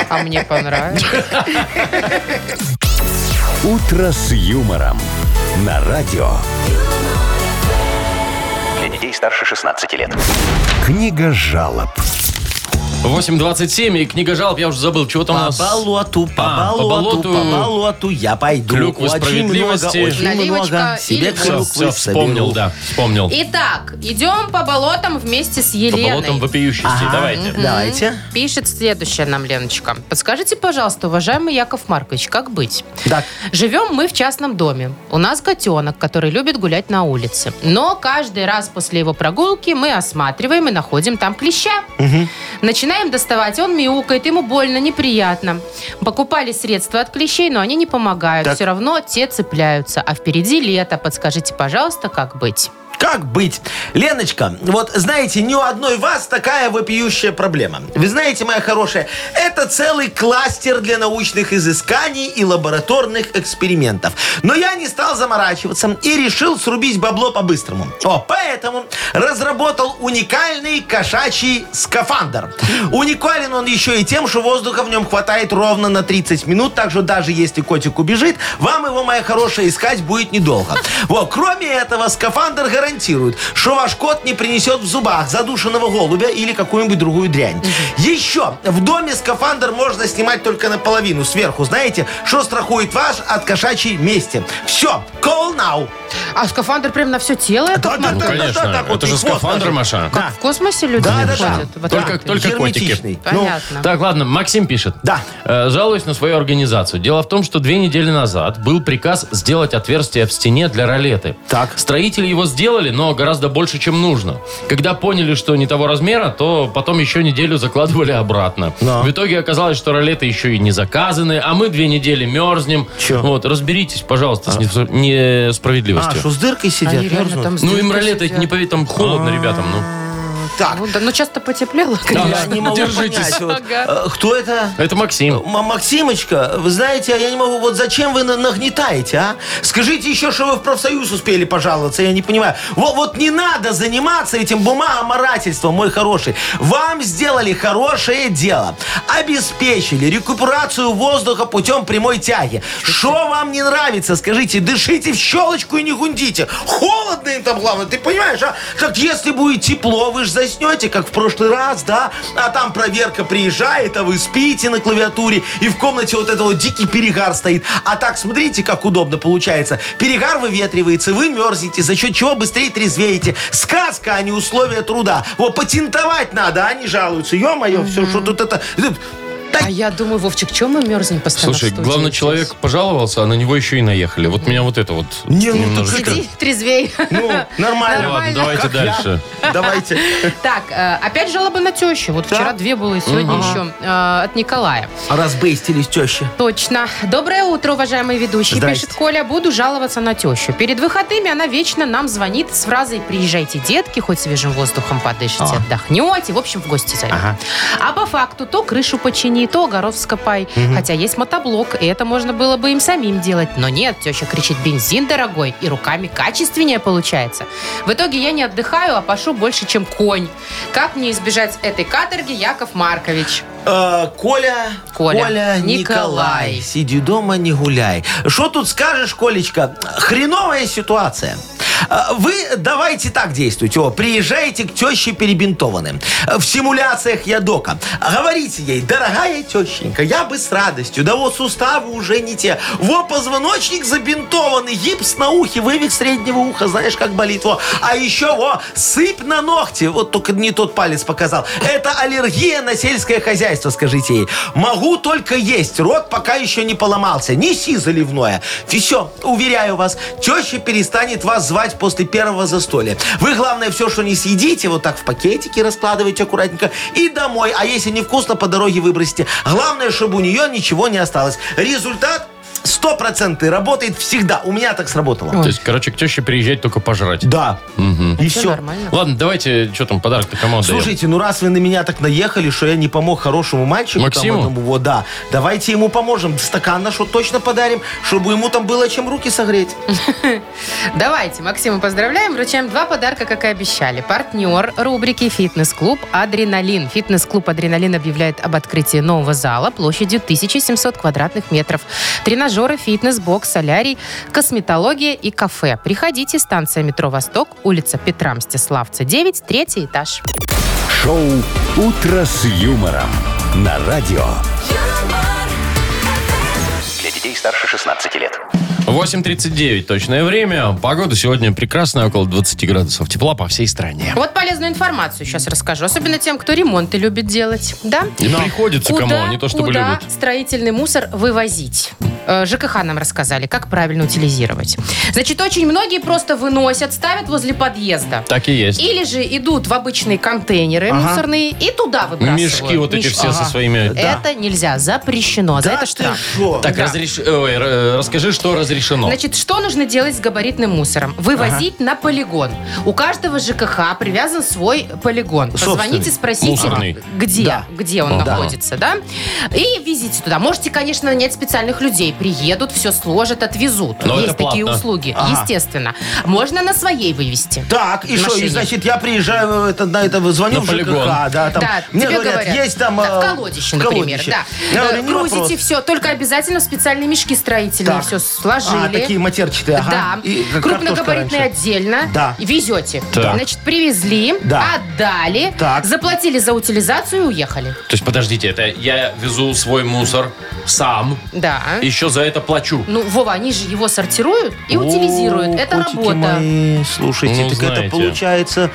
S3: А мне понравилось.
S1: «Утро с юмором». На радио.
S5: Для детей старше 16 лет.
S1: Книга жалоб.
S2: 8.27, и книга жалоб, я уже забыл, чего там у
S4: По
S2: нас.
S4: болоту, по
S2: А, по
S4: болоту,
S2: болоту.
S4: по болоту я пойду.
S2: Клюквы
S4: Очень много,
S2: справедливости.
S4: очень
S3: Наливочка
S4: много. Себе
S3: или
S2: Все,
S4: клюквы
S2: все, вспомнил,
S4: соберу.
S2: да, вспомнил.
S3: Итак, идем по болотам вместе с
S2: По
S3: Еленой.
S2: болотам вопиющести,
S4: Ага.
S2: давайте.
S4: Давайте.
S3: Пишет следующее нам Леночка. Подскажите, пожалуйста, уважаемый Яков Маркович, как быть?
S4: Так.
S3: Живем мы в частном доме. У нас котенок, который любит гулять на улице. Но каждый раз после его прогулки мы осматриваем и находим там клеща. Начинаем доставать, он мяукает, ему больно, неприятно. Покупали средства от клещей, но они не помогают.
S4: Так.
S3: Все равно те цепляются. А впереди лето. Подскажите, пожалуйста, как быть?
S4: Как быть? Леночка, вот знаете, ни у одной вас такая вопиющая проблема. Вы знаете, моя хорошая, это целый кластер для научных изысканий и лабораторных экспериментов. Но я не стал заморачиваться и решил срубить бабло по-быстрому. О, поэтому разработал уникальный кошачий скафандр. Уникален он еще и тем, что воздуха в нем хватает ровно на 30 минут, так что даже если котик убежит, вам его, моя хорошая, искать будет недолго. Вот, кроме этого, скафандр гарантирует, что ваш кот не принесет в зубах задушенного голубя или какую-нибудь другую дрянь. Еще, в доме скафандр можно снимать только наполовину, сверху, знаете, что страхует ваш от кошачьей мести. Все, call now.
S3: А скафандр прям на все тело? Яков
S4: Да,
S2: Ну,
S3: Маркович?
S4: да, да,
S2: конечно.
S4: так вот,
S2: Это же
S4: и хвост
S2: скафандр,
S4: даже.
S2: Маша.
S4: Да.
S3: В космосе люди
S4: Да, да,
S3: не
S4: да.
S3: ходят? Вот
S2: Только-
S3: так.
S2: только котики.
S4: Герметичный. Ну,
S3: Понятно.
S2: Так, ладно, Максим пишет.
S4: Да.
S2: Э, Жалуюсь на свою организацию. Дело в том, что две недели назад был приказ сделать отверстие в стене для ролеты.
S4: Так.
S2: Строители его сделали, но гораздо больше, чем нужно. Когда поняли, что не того размера, то потом еще неделю закладывали обратно.
S4: Да.
S2: В итоге оказалось, что ролеты еще и не заказаны, а мы две недели мерзнем.
S4: Чё?
S2: Вот, разберитесь, пожалуйста, с несправ-
S4: А,
S2: несправедливостью.
S4: что с дыркой сидят?
S3: Они реально
S4: мерзнут?
S3: там
S2: ну, им
S3: сидят.
S2: ролеты это не пове- там холодно
S4: А.
S2: ребятам. Ну.
S4: Так,
S3: Ну да, но часто потеплело,
S4: я
S3: конечно.
S4: не могу
S2: Держитесь.
S4: понять, вот,
S3: Ага.
S4: э, кто это?
S2: Это Максим.
S4: М- Максимочка, вы знаете, а я не могу, вот зачем вы на- нагнетаете, а? Скажите еще, что вы в профсоюз успели пожаловаться, я не понимаю. Вот, вот не надо заниматься этим бумагоморательством, мой хороший. Вам сделали хорошее дело. Обеспечили рекуперацию воздуха путем прямой тяги. Что вам не нравится, скажите, дышите в щелочку и не гундите. Холодно им там главное, ты понимаешь, а? Как если будет тепло, вы же заснете, как в прошлый раз, да? А там проверка приезжает, а вы спите на клавиатуре, и в комнате вот этот вот дикий перегар стоит. А так, смотрите, как удобно получается. Перегар выветривается, вы мерзнете, за счет чего быстрее трезвеете. Сказка, а не условия труда. Вот патентовать надо, а они жалуются. Ё-моё, все, что тут это...
S3: А я думаю, Вовчик, чем мы мерзнем постоянно?
S2: Слушай,
S3: в студии
S2: главный
S3: здесь?
S2: человек пожаловался, а на него еще и наехали. Вот меня вот это вот
S4: Не, ну так
S2: немножечко...
S3: Сиди, трезвей.
S4: Ну,
S2: Ладно,
S4: нормально.
S3: Нормально.
S2: давайте
S4: Как я.
S2: дальше.
S4: Давайте.
S3: Так, э, опять жалоба на тещу. Вот вчера две было, и сегодня еще э, от Николая.
S4: Разбейстились тещи.
S3: Точно. Доброе утро, уважаемые ведущие.
S4: Здрасте.
S3: Пишет Коля, буду жаловаться на тещу. Перед выходными она вечно нам звонит с фразой «Приезжайте, детки, хоть свежим воздухом подышите, отдохнете». В общем, в гости зовет. А по факту то крышу почини, то огород скопай. Хотя есть мотоблок, и это можно было бы им самим делать. Но нет, теща кричит «Бензин дорогой!» и руками качественнее получается. В итоге я не отдыхаю, а пашу больше, чем конь. Как мне избежать этой каторги, Яков Маркович?
S4: Э, Коля,
S3: Коля.
S4: Николай.
S3: Николай.
S4: Сиди дома, не гуляй. Что тут скажешь, Колечка? Хреновая ситуация. Э, Вы давайте так действуйте. О, приезжайте к теще перебинтованным. Э, В симуляциях ядока. Говорите ей, дорогая тещенька, я бы с радостью. Да вот суставы уже не те. Во, позвоночник забинтованный, гипс на ухе, вывих среднего уха, знаешь, как болит. Во. А еще, во, сыпь на ногти. Вот только не тот палец показал. Это аллергия на сельское хозяйство, скажите ей. Могу только есть. Рот пока еще не поломался. Неси заливное. Все, уверяю вас, теща перестанет вас звать после первого застолья. Вы, главное, все, что не съедите, вот так в пакетики раскладывайте аккуратненько и домой. А если невкусно, по дороге выбросите. Главное, чтобы у нее ничего не осталось. Результат стопроцентный. Работает всегда. У меня так сработало.
S2: То есть, короче, к теще приезжать только пожрать.
S4: Да. И
S3: Всё
S4: все.
S3: Ну, нормально.
S2: Ладно, давайте, что там, подарок-то кому отдаем?
S4: Слушайте, ну раз вы на меня так наехали, что я не помог хорошему мальчику,
S2: Максиму?
S4: Там, одному, вот, да, давайте ему поможем. Стакан наш вот точно подарим, чтобы ему там было чем руки согреть.
S3: Давайте, Максима поздравляем, вручаем два подарка, как и обещали. Партнер рубрики «Фитнес-клуб Адреналин». «Фитнес-клуб Адреналин» объявляет об открытии нового зала площадью 1700 квадратных метров. Тренажеры, фитнес-бокс, солярий, косметология и кафе. Приходите, станция метро «Восток», улица Петра Мстиславца, 9, третий этаж.
S1: Шоу «Утро с юмором» на радио.
S5: Для детей старше 16 лет.
S2: 8.39 точное время. Погода сегодня прекрасная, около 20 градусов тепла по всей стране.
S3: Вот полезную информацию сейчас расскажу, особенно тем, кто ремонты любит делать. Да?
S2: И приходится кому,
S3: Куда-
S2: не то чтобы
S3: куда
S2: любят.
S3: строительный мусор вывозить? Э, ЖКХ нам рассказали, как правильно утилизировать. Значит, очень многие просто выносят, ставят возле подъезда.
S2: Так и есть.
S3: Или же идут в обычные контейнеры мусорные и туда выбрасывают.
S2: Мешки вот эти
S3: Меш-
S2: все со
S3: Ага.
S2: своими...
S4: Да.
S3: Это нельзя, запрещено. За это
S4: Да ты
S3: штраф.
S4: что?
S2: Так, разреш... Ой, р- расскажи, что разрешено.
S3: Значит, что нужно делать с габаритным мусором? Вывозить на полигон. У каждого ЖКХ привязан свой полигон.
S4: Собственный.
S3: Позвоните, спросите,
S2: Мусорный.
S3: где,
S4: Да.
S3: где он
S2: Да.
S3: находится, да? И везите туда. Можете, конечно, нанять специальных людей. Приедут, все сложат, отвезут.
S2: Но
S3: Есть
S2: это
S3: такие
S2: платно.
S3: услуги,
S4: Ага.
S3: естественно. Можно на своей вывести.
S4: Так, и что,
S3: машине.
S4: и, значит, я приезжаю, э, это, на это звоню
S2: На
S4: в
S2: полигон.
S4: ЖКХ, да, там,
S3: да,
S4: мне
S3: тебе
S4: говорят, есть там...
S3: Да, в
S4: э,
S3: колодище, например,
S4: колодище.
S3: да.
S4: Я
S3: Э,
S4: говорю, не
S3: Грузите
S4: вопрос.
S3: все, только обязательно в специальные мешки строительные
S4: Так.
S3: все сложили.
S4: А, такие матерчатые, ага.
S3: Да,
S4: И как картошка
S3: крупногабаритные
S4: раньше.
S3: отдельно.
S4: Да.
S3: И Везете.
S2: Так.
S3: Значит, привезли,
S4: Да.
S3: отдали,
S4: Так.
S3: заплатили за утилизацию и уехали.
S2: То есть, подождите, это я везу свой мусор сам,
S3: Да.
S2: еще за это плачу.
S3: Ну, Вова, они же его сортируют и
S4: О,
S3: утилизируют. Это
S4: котики
S3: работа.
S4: мои, слушайте,
S2: Ну,
S4: так
S2: знаете.
S4: это получается...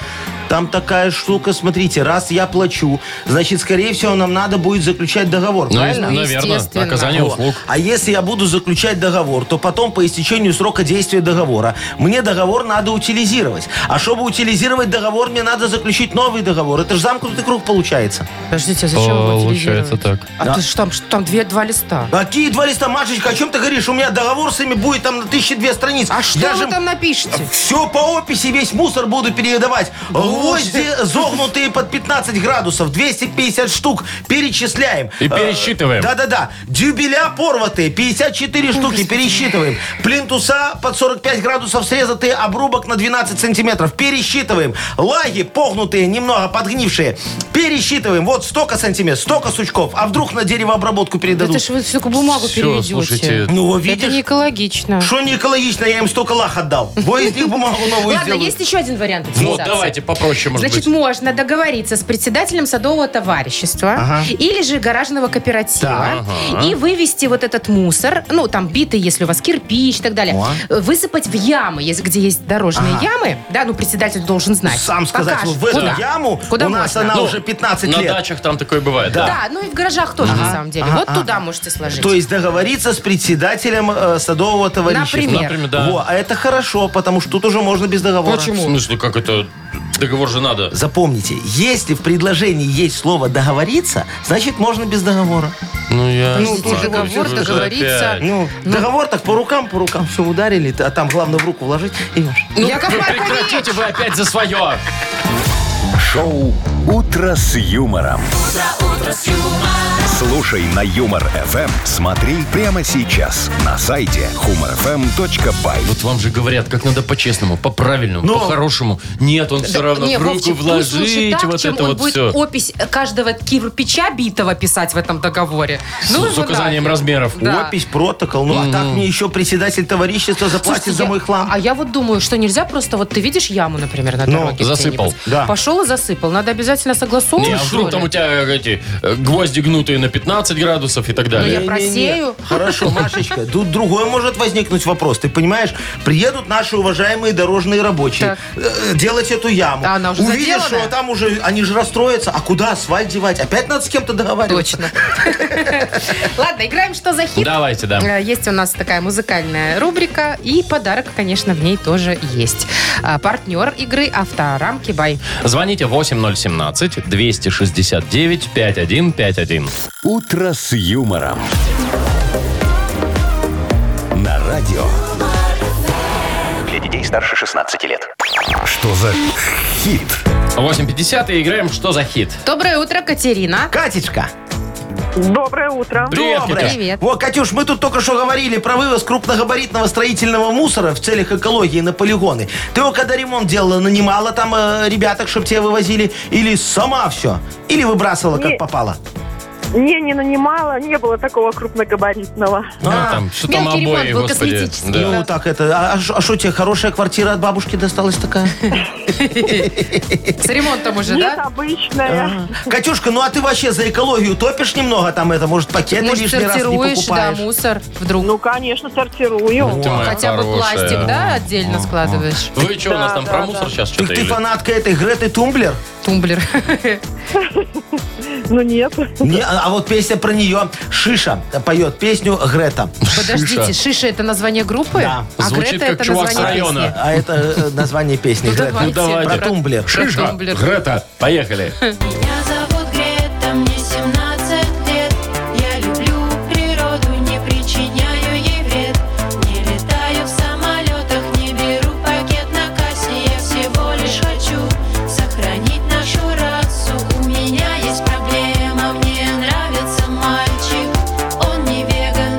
S4: Там такая штука, смотрите, раз я плачу, значит, скорее всего, нам надо будет заключать договор,
S2: Ну,
S4: правильно?
S2: и- наверное,
S3: Естественно.
S2: оказание
S4: Во.
S2: услуг.
S4: А если я буду заключать договор, то потом по истечению срока действия договора мне договор надо утилизировать. А чтобы утилизировать договор, мне надо заключить новый договор. Это же замкнутый круг получается.
S3: Подождите, а зачем его
S2: Получается
S3: утилизировать?
S2: так.
S3: А
S4: Да.
S3: ты ж там, ж- там две, два листа.
S4: Какие два листа, Машечка, о чем ты говоришь? У меня договор с ними будет там на 1002 страниц.
S3: А что
S4: Я
S3: вы
S4: же А,
S3: там напишете?
S4: Все по описи, весь мусор буду передавать. Гвозди загнутые под 15 градусов, 250 штук, перечисляем.
S3: А,
S2: И пересчитываем.
S4: Э, Да-да-да. Дюбеля порватые, 54 штуки, пересчитываем. Плинтуса под 45 градусов срезатые, обрубок на 12 сантиметров, пересчитываем. Лаги погнутые, немного подгнившие, пересчитываем. Вот столько сантиметров, столько сучков. А вдруг на деревообработку передадут?
S3: Это ж вы всю такую бумагу
S2: Всё,
S3: переведете.
S2: слушайте.
S4: Ну, вот
S3: Это не
S4: видишь,
S3: экологично.
S4: что не экологично, я им столько лах отдал. Во из них бумагу новую
S3: Ладно,
S4: сделаю.
S3: есть еще один вариант
S2: Ну,
S3: утилизации.
S2: давайте попроще, может
S3: Значит,
S2: быть.
S3: можно договориться с председателем садового товарищества или же гаражного кооператива и вывести вот этот мусор, ну, там, битый, если у вас кирпич и так далее, э, высыпать в ямы, есть- где есть дорожные ямы, да, ну, председатель должен знать.
S4: Сам сказать,
S3: Покажет,
S4: в эту
S3: куда.
S4: яму
S3: Куда
S4: у нас
S3: можно.
S4: она
S2: Ну,
S4: уже 15
S2: На
S4: лет.
S2: дачах там такое бывает,
S3: Да.
S2: да?
S3: ну и в гаражах тоже, на самом деле.
S4: Ага,
S3: вот
S4: ага.
S3: туда можете сложить.
S4: То есть договориться с председателем э, садового товарищества.
S3: Например.
S2: Например, да.
S4: Во, а это хорошо, потому что тут уже можно без договора.
S2: В смысле, как это? Договор же надо.
S4: Запомните, если в предложении есть слово договориться, значит можно без договора.
S2: Ну, я...
S3: Ну, тут договор, договориться.
S4: Ну, договор так по рукам, по рукам все ударили, а там главное в руку вложить. И уж.
S3: Яков
S2: вы
S3: Маркович!
S2: прекратите вы опять за свое.
S1: Шоу «Утро с юмором». Слушай на Юмор ФМ, смотри прямо сейчас на сайте humorfm.by.
S2: Вот вам же говорят, как надо по-честному, по-правильному,
S4: Ну.
S2: по-хорошему. Нет, он все равно
S3: Не,
S2: в руку
S3: Вовчик, пусть лучше
S2: вложить,
S3: так,
S2: вот
S3: чем
S2: это
S3: он
S2: вот
S3: будет
S2: все.
S3: опись э, каждого кирпича битого писать в этом договоре.
S2: с
S3: его
S2: указанием
S3: нафиг.
S2: размеров.
S3: Да.
S4: Опись, протокол. Ну, а так мне еще председатель товарищества заплатит
S3: Слушайте,
S4: за
S3: я-
S4: мой хлам.
S3: А я вот думаю, что нельзя просто, вот ты видишь яму, например, на
S4: Ну,
S3: дороге.
S2: засыпал.
S3: где-нибудь.
S4: Да.
S3: Пошел и засыпал. Надо обязательно согласовывать,
S2: Не, а
S3: что
S2: вдруг
S3: ли?
S2: там у тебя э, эти э, гвозди гнутые на 15 градусов и так
S3: Ну, я
S2: далее.
S3: просею.
S4: Хорошо, Машечка, тут другой может возникнуть вопрос. Ты понимаешь, приедут наши уважаемые дорожные рабочие э, делать эту яму.
S3: А она уже
S4: Увидят,
S3: заделанная?
S4: что там уже, они же расстроятся. А куда асфальт девать? Опять надо с кем-то договариваться.
S3: Точно. Ладно, играем «Что за хит?»
S2: Давайте, да.
S3: Э, Есть у нас такая музыкальная рубрика, и подарок, конечно, в ней тоже есть. А, Партнер игры «Авторамки Бай».
S2: Звоните 8017-269-5151.
S1: «Утро с юмором». На радио.
S5: Для детей старше 16 лет.
S1: Что за хит?
S2: 8.50 и играем «Что за хит?».
S3: Доброе утро, Катерина.
S4: Катечка,
S6: Доброе утро.
S2: Привет,
S4: доброе.
S2: Катюш.
S3: Привет.
S4: Во, Катюш, мы тут только что говорили про вывоз крупногабаритного строительного мусора в целях экологии на полигоны. Ты его когда ремонт делала, нанимала там э, ребяток, чтобы тебя вывозили? Или сама все? Или выбрасывала, как
S6: Не.
S4: попало?
S6: Не, не нанимала, не было такого крупногабаритного.
S2: Ну, там, что там
S3: Мелкий ремонт
S2: обои,
S3: был
S2: господи.
S3: косметический.
S2: Да.
S4: Ну, так это... А что тебе, хорошая квартира от бабушки досталась такая?
S3: С ремонтом уже,
S6: Нет,
S3: да?
S6: обычное.
S4: Катюшка, ну а ты вообще за экологию топишь немного там это? Может, пакеты
S3: Может,
S4: лишний раз не
S3: сортируешь, да,
S4: покупаешь?
S3: мусор вдруг.
S6: Ну, конечно, сортирую.
S2: Ну, ты моя
S3: Хотя бы
S2: хорошая. Ну,
S3: пластик, да, отдельно складываешь.
S2: Вы что, у нас
S6: Да,
S2: там
S6: да,
S2: про
S6: да.
S2: мусор сейчас
S4: Так
S2: что-то?
S4: ты
S2: или?
S4: фанатка этой Греты Тумблер?
S3: Тумблер.
S6: Ну нет.
S4: Не, а а вот песня про нее. Шиша поет песню Грета.
S3: Подождите, Шиша это название группы?
S4: Да.
S3: А
S2: Звучит
S3: Грета
S2: как
S3: это
S2: чувак с
S3: название
S2: района.
S3: песни.
S4: А это э, название песни.
S3: Ну,
S4: Грета.
S3: давайте.
S2: давайте.
S4: Про тумблер.
S2: Шиша,
S3: Про тумблер.
S2: Грета, поехали.
S8: Меня зовут Грета, мне 17 лет. Я люблю природу, не причиняю ей вред. Не летаю в самолетах, не беру пакет на кассе. Я всего лишь хочу сохранить нашу расу. У меня есть проблема, мне нравится мальчик. Он не веган,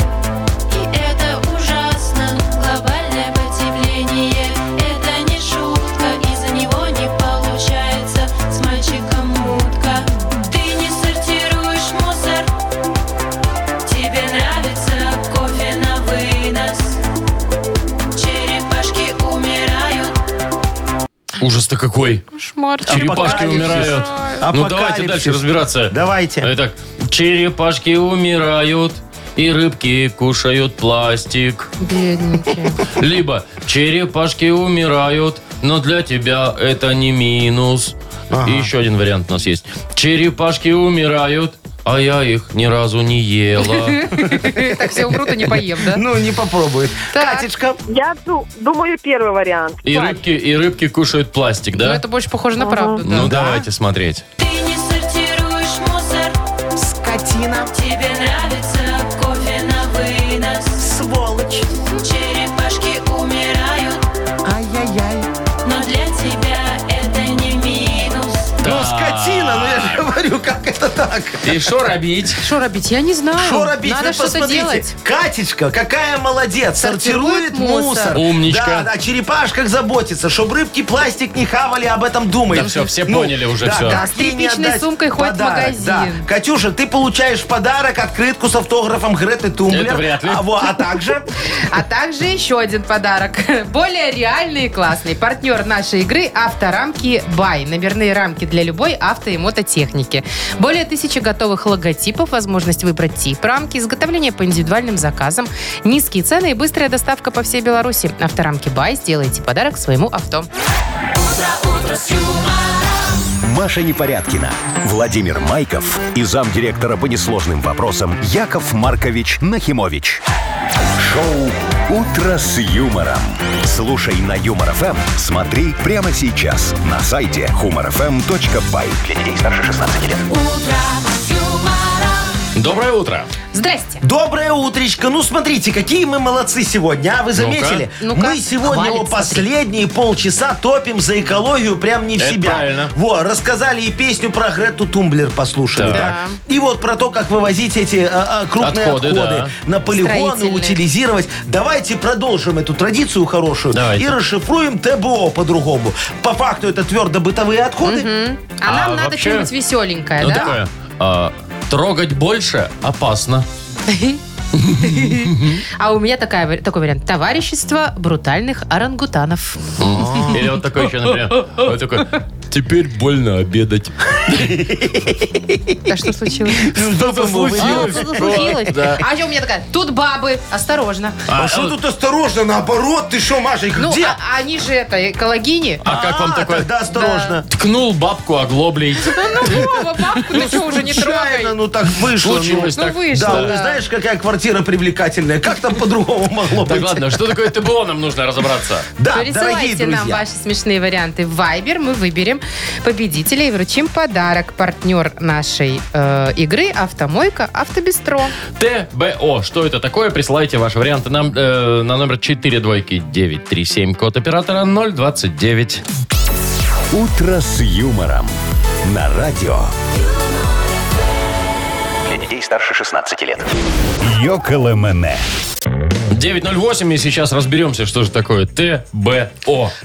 S8: и это ужасно. Глобальное потепление это не шутка. Из-за него не получается с мальчиком утка. Ты не сортируешь мусор. Тебе нравится кофе на вынос. Черепашки умирают.
S2: Ужас-то какой.
S3: Кошмар.
S2: А Черепашки умирают. Ну давайте
S4: Апокалипсис.
S2: дальше разбираться.
S4: Давайте.
S2: Итак, черепашки умирают, и рыбки кушают пластик.
S3: Бедненькие.
S2: Либо черепашки умирают, но для тебя это не минус. И еще один вариант у нас есть. Черепашки умирают, а я их ни разу не ела.
S3: Так все умрут, а не поем, да?
S4: Ну, не попробует.
S3: Так.
S4: Катечка.
S6: Я ду- думаю, первый вариант.
S2: И
S6: Платье.
S2: рыбки, и рыбки кушают пластик,
S3: Ну,
S2: да?
S3: это больше похоже на правду, да.
S2: Ну давайте смотреть.
S8: Ты не сортируешь мусор.
S4: Скотина.
S8: Тебе нравится кофе на вынос.
S4: Сволочь.
S8: Черепашки умирают,
S4: Ай-яй-яй.
S8: но для тебя это не минус.
S4: Ну, скотина, ну я же говорю, как это так?
S2: И что робить?
S3: Что робить? Я не знаю.
S4: Что робить?
S3: Надо
S4: Вы
S3: что-то делать.
S4: посмотрите. Катечка, какая молодец.
S3: Сортирует
S4: Сортирует,
S3: мусор.
S4: мусор.
S2: Умничка.
S4: Да, да, о черепашках заботится, чтобы рыбки пластик не хавали, об этом думает. Ну,
S2: Да всё, все поняли уже
S4: да,
S2: всё.
S4: да,
S3: А С
S4: ей не
S3: тряпичной
S4: отдать
S3: сумкой ходит в
S4: подарок,
S3: магазин.
S4: да. Катюша, ты получаешь в подарок открытку с автографом Греты Тумблер.
S2: Это вряд ли.
S4: А, во, а также...
S3: А также еще один подарок. Более реальный и классный. Партнер нашей игры – авторамки «Бай». Номерные рамки для любой авто и мототехники. Более тысячи готовых логотипов, возможность выбрать тип рамки, изготовление по индивидуальным заказам, низкие цены и быстрая доставка по всей Беларуси. Авторамки «Бай» сделайте подарок своему авто.
S1: Маша Непорядкина, Владимир Майков и замдиректора по несложным вопросам Яков Маркович Нахимович. Шоу «Утро с юмором». Слушай на Юмор ФМ, смотри прямо сейчас на сайте humorfm.by. Для детей старше 16 лет.
S2: Доброе утро.
S3: Здрасте.
S4: Доброе утречко. Ну, смотрите, какие мы молодцы сегодня, а вы заметили?
S3: Ну-ка.
S4: Мы сегодня
S3: Хвалит,
S4: о,
S3: смотри.
S4: последние полчаса топим за экологию прям не в
S2: Это
S4: себя.
S2: правильно.
S4: Во, рассказали и песню про Грету Тумблер послушали.
S2: Так.
S4: да? И вот про то, как вывозить эти а, а, крупные
S2: Отходы,
S4: отходы,
S2: да.
S4: на полигоны,
S3: Строительные.
S4: утилизировать. Давайте продолжим эту традицию хорошую
S2: Давайте.
S4: и расшифруем ТБО по-другому. По факту это твердо бытовые отходы.
S3: А, нам
S2: А
S3: надо
S2: вообще-
S3: что-нибудь веселенькое,
S2: Ну,
S3: да?
S2: такое, а, трогать больше опасно.
S3: А у меня такая, такой вариант. Товарищество брутальных орангутанов.
S2: Или вот такой еще, например. Вот такой, теперь больно обедать.
S3: Да что случилось?
S4: Что-то
S3: А, что-то случилось. А еще у меня такая, тут бабы, осторожно.
S4: А что тут осторожно, наоборот, ты что, Маша, их
S3: Ну,
S4: где?
S3: а- они же это, экологини.
S2: А как вам
S4: А,
S2: такое?
S4: Тогда осторожно.
S2: Ткнул бабку оглоблей.
S3: Да ну, Вова, бабку ты что, уже не трогай.
S4: Случайно, ну так вышло. ну.
S2: Случилось
S3: Ну,
S2: так.
S3: вышло, да.
S4: Да, ну знаешь, какая квартира привлекательная. Как там по-другому могло
S2: Так,
S4: быть?
S2: ладно, что такое ТБО нам нужно разобраться?
S4: Да, дорогие
S3: Присылайте нам
S4: друзья.
S3: ваши смешные варианты в Viber. Мы выберем победителя и вручим подарок. Партнер нашей э, игры «Автомойка Автобестро».
S2: ТБО. Что это такое? Присылайте ваши варианты нам э, на номер 42937, код оператора 029.
S1: «Утро с юмором» на радио
S5: Для детей старше 16 лет.
S1: «Йоколэмэне».
S2: 908, и сейчас разберемся, что же такое ТБО.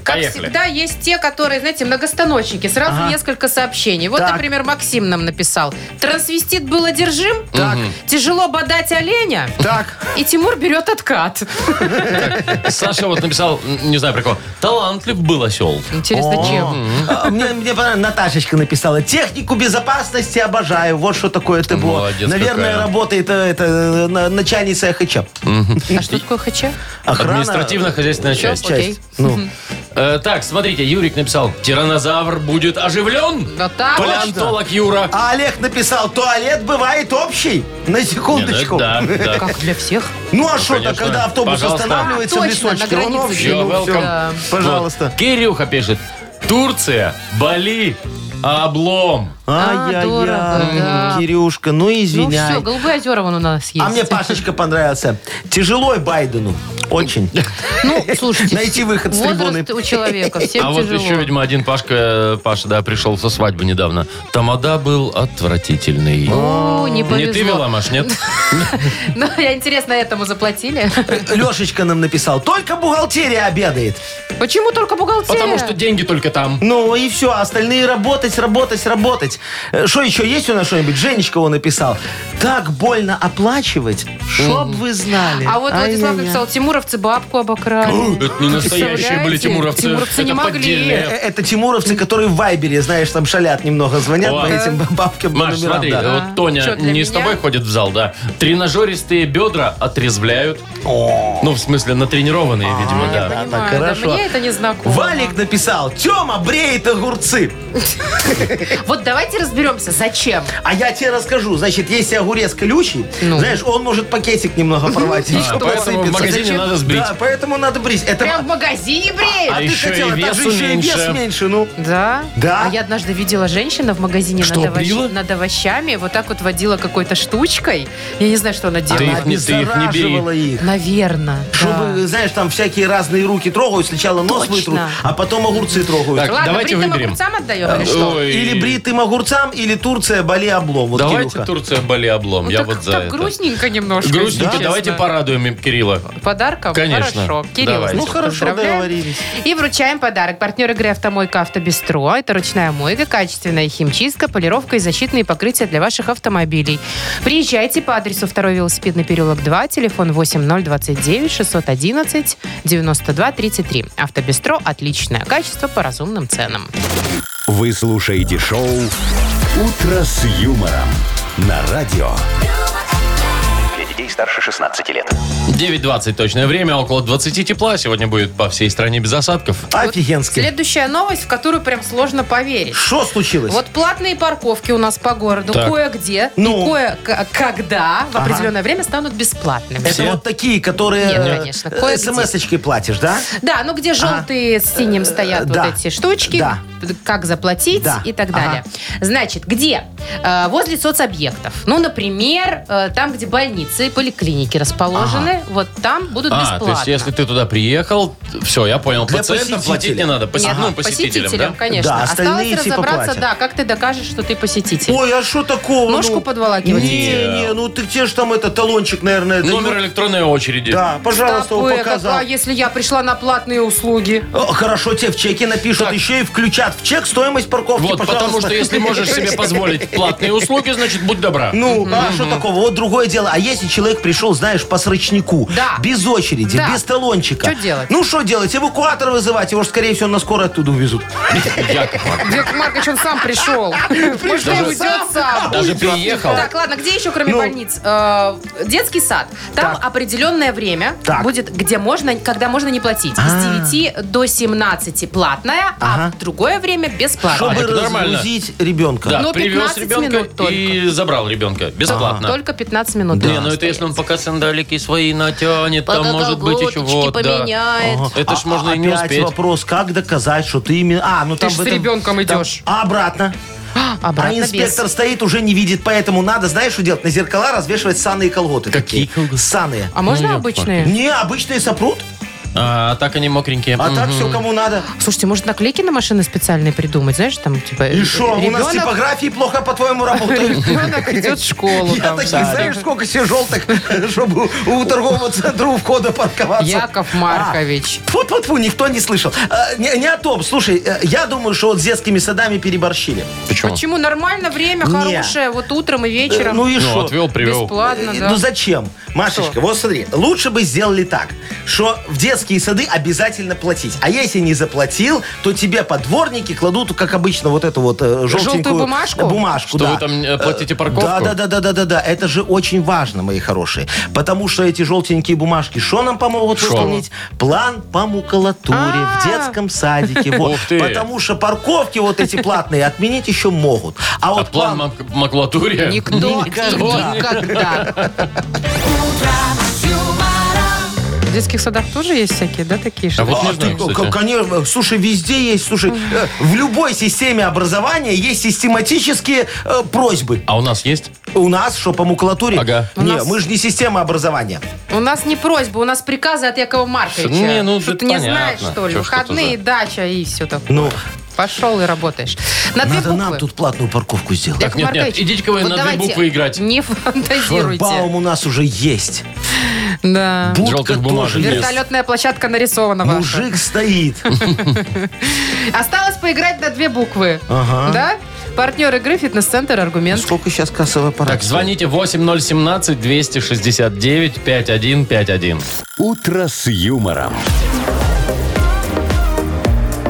S3: Как
S2: Поехали.
S3: всегда, есть те, которые, знаете, многостаночники. Сразу несколько сообщений. Вот,
S4: Так.
S3: например, Максим нам написал. Трансвестит был одержим, так. тяжело бодать оленя,
S4: Так,
S3: и Тимур берет откат.
S2: Саша вот написал, м, не знаю про кого, талантлив был осел.
S3: Интересно, чем?
S4: а, мне, мне понравилось, Наташечка написала. Технику безопасности обожаю. Вот что такое ТБО.
S2: Молодец
S4: Наверное,
S2: какая.
S4: э, работает э, это, на- начальница ХЧ.
S3: А что такое ХЧ?
S4: Охрана-
S2: Административно-хозяйственная
S4: Всё,
S2: часть.
S3: окей.
S4: Ну,
S2: Э, так, смотрите, Юрик написал, тиранозавр будет оживлен.
S3: Вот так вот.
S2: Палеонтолог Юра.
S4: а Олег написал, туалет бывает общий.
S2: Не, ну
S4: На
S2: это
S4: секундочку.
S2: да, да.
S3: Как для всех.
S4: Ну а что то
S2: конечно.
S4: когда автобус
S2: Пожалуйста.
S4: останавливается в
S3: Точно, на
S4: лесочке, он
S3: границе
S4: общий.
S3: где-то.
S2: You're
S4: ну, всё.
S2: welcome.
S3: Да.
S4: Пожалуйста.
S2: Вот. Кирюха пишет. Турция, Бали, облом.
S3: А, дорого, да.
S4: Ай-яй-яй, Кирюшка, ну
S3: Ну все,
S4: извиняй.
S3: голубые озера вон у нас есть.
S4: А мне Пашечка понравился. Тяжело Байдену. Очень.
S3: Ну, слушайте.
S4: Найти выход с трибуны.
S3: возраст у человека, всем
S2: а вот еще,
S3: тяжело.
S2: видимо, один Пашка, э, Паша, да, пришел со свадьбы недавно. Тамада был отвратительный.
S3: О, не
S2: Не ты вела,
S3: Ну, повезло.
S2: Маш, нет?
S3: Ну, я интересно, этому заплатили.
S4: Лешечка нам написал, только бухгалтерия обедает.
S3: Почему только бухгалтерия?
S2: Потому что деньги только там.
S4: Ну и все, остальные работать, работать, работать. Что еще есть у нас что-нибудь? Женечка его написал. Так больно оплачивать, чтоб вы знали.
S3: А вот Владислав
S4: Ай-яй-яй.
S3: написал, тимуровцы бабку обокрали.
S2: Это не настоящие
S3: Представляете?
S2: были тимуровцы.
S3: Тимуровцы не
S2: Это
S3: могли.
S4: Э,
S2: поддельные.
S4: Это тимуровцы, которые в Вайбере, знаешь, там шалят немного, звонят
S2: О.
S4: по этим бабкам по
S2: Маш,
S4: номерам,
S2: смотри, э,
S4: да.
S2: вот
S3: А,
S2: Тоня
S3: чё, для
S2: не
S3: меня?
S2: с тобой ходит в зал, да. Тренажеристые бедра отрезвляют. Ну, в смысле, натренированные,
S4: А,
S2: видимо, да.
S3: Понимаю,
S4: так,
S3: А, да,
S4: хорошо.
S3: Мне это не знакомо.
S4: Валик написал, Тема бреет огурцы.
S3: Вот давайте разберемся, зачем?
S4: А я тебе расскажу. Значит, если огурец колючий,
S3: Ну.
S4: знаешь, он может пакетик немного порвать. и
S2: А,
S4: что-то
S2: поэтому в
S4: сыпется.
S2: магазине
S4: Зачем?
S2: надо сбрить.
S4: Да, поэтому надо брить. Это
S3: Прям в магазине бреет?
S4: А ты
S2: еще и
S4: хотела, так же
S2: весу
S4: еще и вес
S2: меньше.
S4: меньше, ну.
S3: Да?
S4: Да.
S3: А я однажды видела женщина в магазине
S2: Что,
S3: над, овощ-
S2: брила?
S3: над овощами, вот так вот водила какой-то штучкой. Я не знаю, что она
S2: А Ты
S3: делала.
S2: их не- ты их не А.
S4: Обеззараживала их.
S3: Наверное.
S4: Чтобы, знаешь, там всякие разные руки трогают. Сначала нос
S3: Точно.
S4: вытрут, а потом огурцы
S2: Так,
S4: трогают.
S3: Ладно,
S2: давайте
S3: бритым
S2: выберем. Э,
S3: огурцам отдаем или что?
S2: Ой.
S4: Или бритым огурцам, или Турция, боли облом. Вот,
S2: Давайте
S4: Кирюха.
S2: Турция Бали облом.
S3: Ну,
S2: Я
S3: так,
S2: вот за
S3: так
S2: это.
S3: грустненько немножко.
S2: Грустненько,
S3: если
S2: давайте
S3: честно.
S2: порадуем им Кирилла.
S3: Подарком?
S2: Конечно.
S3: Хорошо. Кирилл,
S2: Давайте.
S4: Ну
S3: значит,
S4: хорошо,
S3: поздравляем.
S4: договорились.
S3: И вручаем подарок. Партнер игры «Автомойка Автобестро». Это ручная мойка, качественная химчистка, полировка и защитные покрытия для ваших автомобилей. Приезжайте по адресу 2 велосипедный переулок 2, телефон 8029 611 92 33. «Автобестро» – отличное качество по разумным ценам.
S1: Вы слушаете шоу «Утро с юмором» на радио.
S5: Для детей старше 16 лет.
S2: 9.20 точное время, около 20 тепла. Сегодня будет по всей стране без осадков.
S4: Офигенски.
S3: Следующая новость, в которую прям сложно поверить.
S4: Что случилось?
S3: Вот платные парковки у нас по городу
S2: Так.
S3: кое-где
S4: Ну.
S3: и кое-когда в определенное время станут бесплатными.
S4: Это вот такие, которые
S3: Нет, конечно,
S4: э,
S3: кое-где.
S4: смс-очкой платишь, да?
S3: Да, ну где желтые с синим стоят
S4: Э, да.
S3: вот эти штучки,
S4: Да.
S3: как заплатить
S4: Да.
S3: и так далее. Значит, где? Э, возле соцобъектов. Ну, например, э, там, где больницы, поликлиники расположены, вот там будут
S2: А,
S3: бесплатно.
S2: то есть если ты туда приехал, все, я понял,
S4: Для
S2: пациентам
S4: посетителя.
S2: платить не надо. Поси-
S3: Нет,
S2: ну, посетителям, да?
S3: конечно.
S4: Да,
S3: Осталось
S4: остальные типа
S3: разобраться,
S4: платят.
S3: да, как ты докажешь, что ты посетитель.
S4: Ой, а что такого?
S3: Ножку
S4: ну?
S3: подволакивать?
S4: Не, не, ну ты где же там это талончик, наверное, это-
S2: Номер электронной очереди.
S4: Да, пожалуйста, его
S3: Такое,
S4: показал.
S3: какая, а если я пришла на платные услуги?
S4: О, Хорошо, тебе в чеке напишут,
S2: Так.
S4: еще и включат в чек стоимость парковки,
S2: Вот,
S4: пожалуйста.
S2: потому что если можешь себе позволить платные услуги, значит, будь добра.
S4: Ну, а что такого? Вот другое дело. А если человек пришел, знаешь, по срочнику,
S3: Да.
S4: без очереди,
S3: Да.
S4: без талончика.
S3: Чё делать?
S4: Ну, что делать? Эвакуатор вызывать. Его же, скорее всего, на скоро оттуда увезут.
S2: Яков Маркович.
S3: Яков Маркович, он сам пришел. Может, он
S2: Даже-
S3: уйдет сам.
S2: Даже приехал.
S3: Так, ладно, где еще, кроме
S4: Ну.
S3: больниц? Э, Детский сад. Там
S4: Так.
S3: определенное время
S4: Так. А.
S3: будет, где можно, когда можно не платить. С 9 до 17 платное, а в другое время бесплатное.
S4: Чтобы
S2: А, так нормально.
S4: разгрузить ребенка.
S2: Да,
S3: Но
S2: привез
S3: 15 Ну, минут
S2: ребенка
S3: только.
S2: и забрал ребенка. Бесплатно.
S3: Только 15 минут.
S2: Не, ну это если он пока сандалики свои натянет, там может быть еще вот, да.
S3: поменяет.
S4: Ага.
S2: Это ж
S4: А-
S2: можно
S4: а
S2: и не
S4: опять
S2: успеть.
S4: вопрос, как доказать, что ты именно... А, ну
S3: Ты
S4: там
S3: ж
S4: в
S3: с
S4: этом-
S3: ребенком
S4: там-
S3: идешь.
S4: А обратно?
S3: Обратно
S4: а инспектор стоит, уже не видит, поэтому надо, знаешь, что делать? На зеркала развешивать санные колготы.
S2: Какие колготы?
S4: Санные.
S3: А можно
S2: Яков
S3: обычные?
S4: Не, обычные сопрут,
S2: А так они мокренькие.
S4: а так
S2: Мгм.
S4: все кому надо.
S3: Слушайте, может наклейки на машины специальные придумать, знаешь, там типа...
S4: И что, у нас типа
S3: ребенок-
S4: типографии плохо по-твоему работают?
S3: Ребенок идет в школу.
S4: Я
S3: там, в
S4: таких,
S3: садик.
S4: знаешь, сколько себе желтых, чтобы у торгового центра у входа парковаться.
S3: Яков Маркович.
S4: фу фу никто не слышал. А, Не, не о том. Слушай, э, я думаю, что вот с детскими садами переборщили.
S2: Почему?
S3: Почему? Нормально время
S4: Не.
S3: хорошее, вот утром и
S4: Э,
S3: вечером.
S4: Ну и
S2: Ну,
S4: что?
S2: отвел, привел.
S3: Бесплатно,
S4: Э,
S3: да.
S4: Ну зачем? Машечка, вот смотри, лучше бы сделали так, что в детском детские сады обязательно платить. А если не заплатил, то тебе подворники кладут, как обычно, вот эту вот э, желтенькую
S3: Желтую бумажку?
S4: бумажку,
S2: Что
S4: да.
S2: вы там, э, платите
S4: Э,
S2: парковку?
S4: Да, да, да, да, да, да, да. Это же очень важно, мои хорошие. Потому что эти желтенькие бумажки, что нам помогут
S2: Шо?
S4: выполнить? План по макулатуре
S3: А.
S4: в детском садике. Вот.
S2: Ух ты.
S4: Потому что парковки вот эти платные отменить еще могут. А
S2: А
S4: вот
S2: план
S4: план...
S2: мак- макулатуре?
S3: Никто
S4: Никогда.
S3: никогда. В детских садах тоже есть всякие, да, такие
S2: А
S3: штуки?
S2: вот не
S4: А,
S2: знаю,
S4: ты,
S2: кстати.
S4: к- Конечно, слушай, везде есть, слушай, э, в любой системе образования есть систематические э, просьбы.
S2: А у нас есть?
S4: У нас, что по макулатуре?
S2: Ага.
S4: Не,
S3: У нас-
S4: мы же не система образования.
S3: У нас не просьба, у нас приказы от Якова Марковича.
S2: Не, ну,
S3: что ты
S2: это
S3: не знаешь,
S2: понятно.
S3: что ли?
S2: Чё ж тут
S3: Выходные,
S2: уже?
S3: дача и все такое.
S4: Ну,
S3: Пошел и работаешь. На две
S4: надо
S3: буквы.
S4: нам тут платную парковку сделать.
S3: Яков
S2: нет, нет,
S3: Маркович,
S2: идите-ка вы на
S3: вот
S2: две
S3: давайте
S2: буквы играть.
S3: Не фантазируйте.
S4: Шлагбаум у нас уже есть.
S3: Да.
S4: Будка
S2: Желтых
S4: тоже
S2: бумажек
S4: есть.
S2: нет.
S3: Вертолетная площадка нарисована ваша.
S4: Мужик стоит.
S3: Осталось поиграть на две буквы.
S4: Ага.
S3: Да? Партнер игры фитнес-центр «Аргумент».
S4: Сколько сейчас кассовый аппарат?
S2: Так, звоните 8017-269-5151.
S1: «Утро с юмором».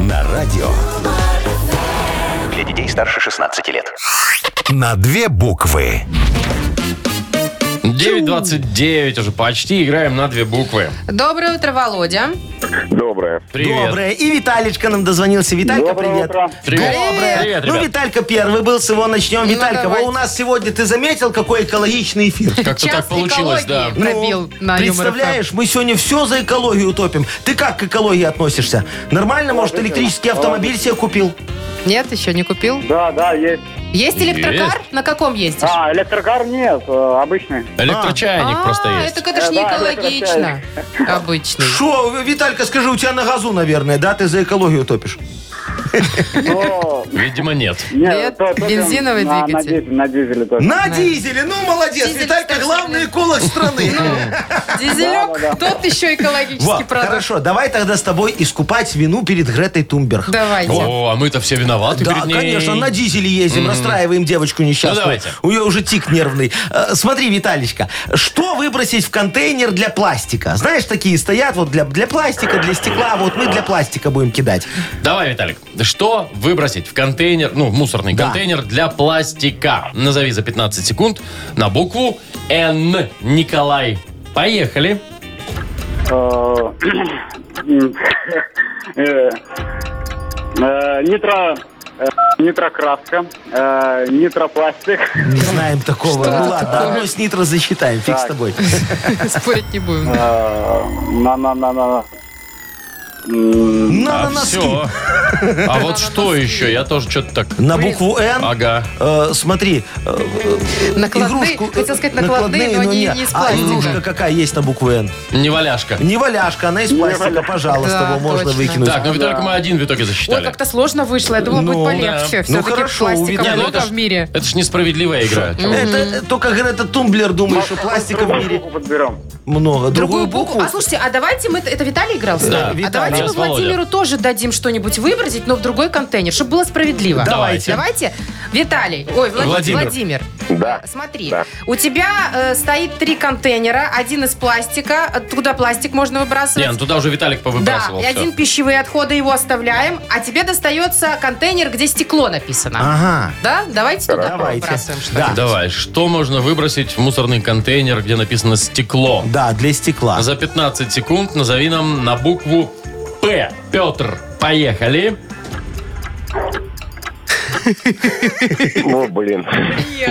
S1: На радио.
S5: Для детей старше 16 лет.
S1: На две буквы.
S2: 9.29 уже почти, играем на две буквы.
S3: Доброе утро, Володя.
S7: Доброе.
S2: Привет.
S4: Доброе. И Виталичка нам дозвонился. Виталька,
S7: Доброе
S4: привет.
S7: утро.
S2: Привет.
S4: Доброе.
S2: Привет,
S4: ну,
S2: ребят.
S4: Виталька первый был, с его начнем.
S3: Ну,
S4: Виталька, во,
S3: давайте.
S4: у нас сегодня, ты заметил, какой экологичный эфир?
S2: Как-то
S3: Час
S2: так получилось, да.
S3: экологии. Пробил на Юмор
S4: Ну,
S3: эм.
S4: представляешь, мы сегодня все за экологию топим. Ты как к экологии относишься? Нормально, может, электрический автомобиль себе купил?
S3: Нет, еще не купил.
S7: Да, да, есть.
S3: Есть электрокар? На каком ездишь?
S7: А, электрокар нет, э, обычный.
S2: Электрочайник
S3: А,
S2: просто есть.
S3: это, конечно, не
S7: Э, да,
S3: экологично. Обычный.
S4: Шо, Виталька, скажи, у тебя на газу, наверное, да, ты за экологию топишь?
S7: Но,
S2: Видимо, нет.
S3: Нет,
S7: то- то-
S3: бензиновый
S7: на-
S3: двигатель.
S7: На, дизель- на дизеле тоже.
S4: На дизеле, ну молодец,
S3: Дизель,
S4: Виталька,
S3: кстати,
S4: главный
S3: блин.
S4: эколог страны.
S3: Ну, Дизелек, тот еще экологический
S4: Вот,
S3: продукт.
S4: хорошо, давай тогда с тобой искупать вину перед Гретой Тумберг.
S3: Давайте.
S2: О, а мы-то все виноваты
S4: Да,
S2: перед ней.
S4: конечно, на дизеле ездим, расстраиваем девочку несчастную.
S2: Ну, давайте.
S4: У нее уже тик нервный. Э, Смотри, Виталичка, что выбросить в контейнер для пластика? Знаешь, такие стоят вот для, для пластика, для стекла. Вот мы для пластика будем кидать.
S2: Давай, Виталик, что выбросить в контейнер, ну, в мусорный
S4: Да.
S2: контейнер для пластика? Назови за 15 секунд на букву Н. Николай. Поехали.
S7: Э, э, э, Нитро... э, Нитрокраска, э, нитропластик.
S4: Не знаем такого.
S3: Что
S4: Ну
S3: это
S4: ладно,
S3: такое?
S4: одно с нитро засчитаем, фиг с
S7: Так.
S4: тобой.
S3: Спорить не будем.
S7: э, На-на-на-на. М,
S4: На,
S2: а
S4: на носки.
S2: всё. А вот что еще? Я тоже что-то так...
S4: На букву Н.
S2: Ага.
S4: э, смотри, э, э,
S3: Накладные,
S4: игрушку, э,
S3: хотел сказать накладные, но не,
S4: не.
S3: не из
S4: А
S3: пластика.
S4: игрушка какая есть на букву Н?
S2: Неваляшка.
S4: Не валяшка, она из пластика,
S7: валяшка.
S4: пожалуйста,
S3: Да,
S4: его можно
S3: точно.
S4: выкинуть.
S2: Так, ну Виталик мы один в итоге
S3: Ой,
S2: засчитали.
S3: как-то сложно вышло. Я думала,
S4: Ну,
S3: будет полегче.
S2: да.
S3: Все-таки
S4: Ну, хорошо,
S3: пластика
S4: увидим.
S2: Не, ну
S3: много
S2: это ж-
S3: в мире.
S2: Это ж несправедливая игра. Чё?
S4: Это э, только Грета Тумблер думает, что пластика в
S7: другую
S4: мире
S7: букву подберем.
S4: много. Другую букву?
S3: А слушайте, а давайте мы... Это Виталий играл? с нами?
S2: Да,
S4: Виталий.
S3: А давайте
S2: Сейчас
S3: мы Владимиру тоже дадим что-нибудь выбросить, но в другой контейнер, чтобы было справедливо.
S2: Давайте.
S3: Давайте. Виталий. Ой, Влад-
S2: Владимир.
S3: Владимир.
S7: Да.
S3: э, Смотри,
S7: Да.
S3: у тебя э, стоит три контейнера, один из пластика, оттуда пластик можно выбрасывать.
S2: Не, ну туда уже Виталик
S3: да,
S2: повыбрасывал.
S3: и
S2: всё.
S3: один пищевые отходы его оставляем, а тебе достается контейнер, где стекло
S2: А.
S3: написано.
S4: Ага.
S3: Да? Давайте туда
S4: Давайте.
S3: выбрасываем что
S4: Да.
S2: Давай, что можно выбросить в мусорный контейнер, где написано «стекло»?
S4: Да, для стекла.
S2: А За 15 секунд назови нам на букву П. Петр, поехали.
S7: О, блин.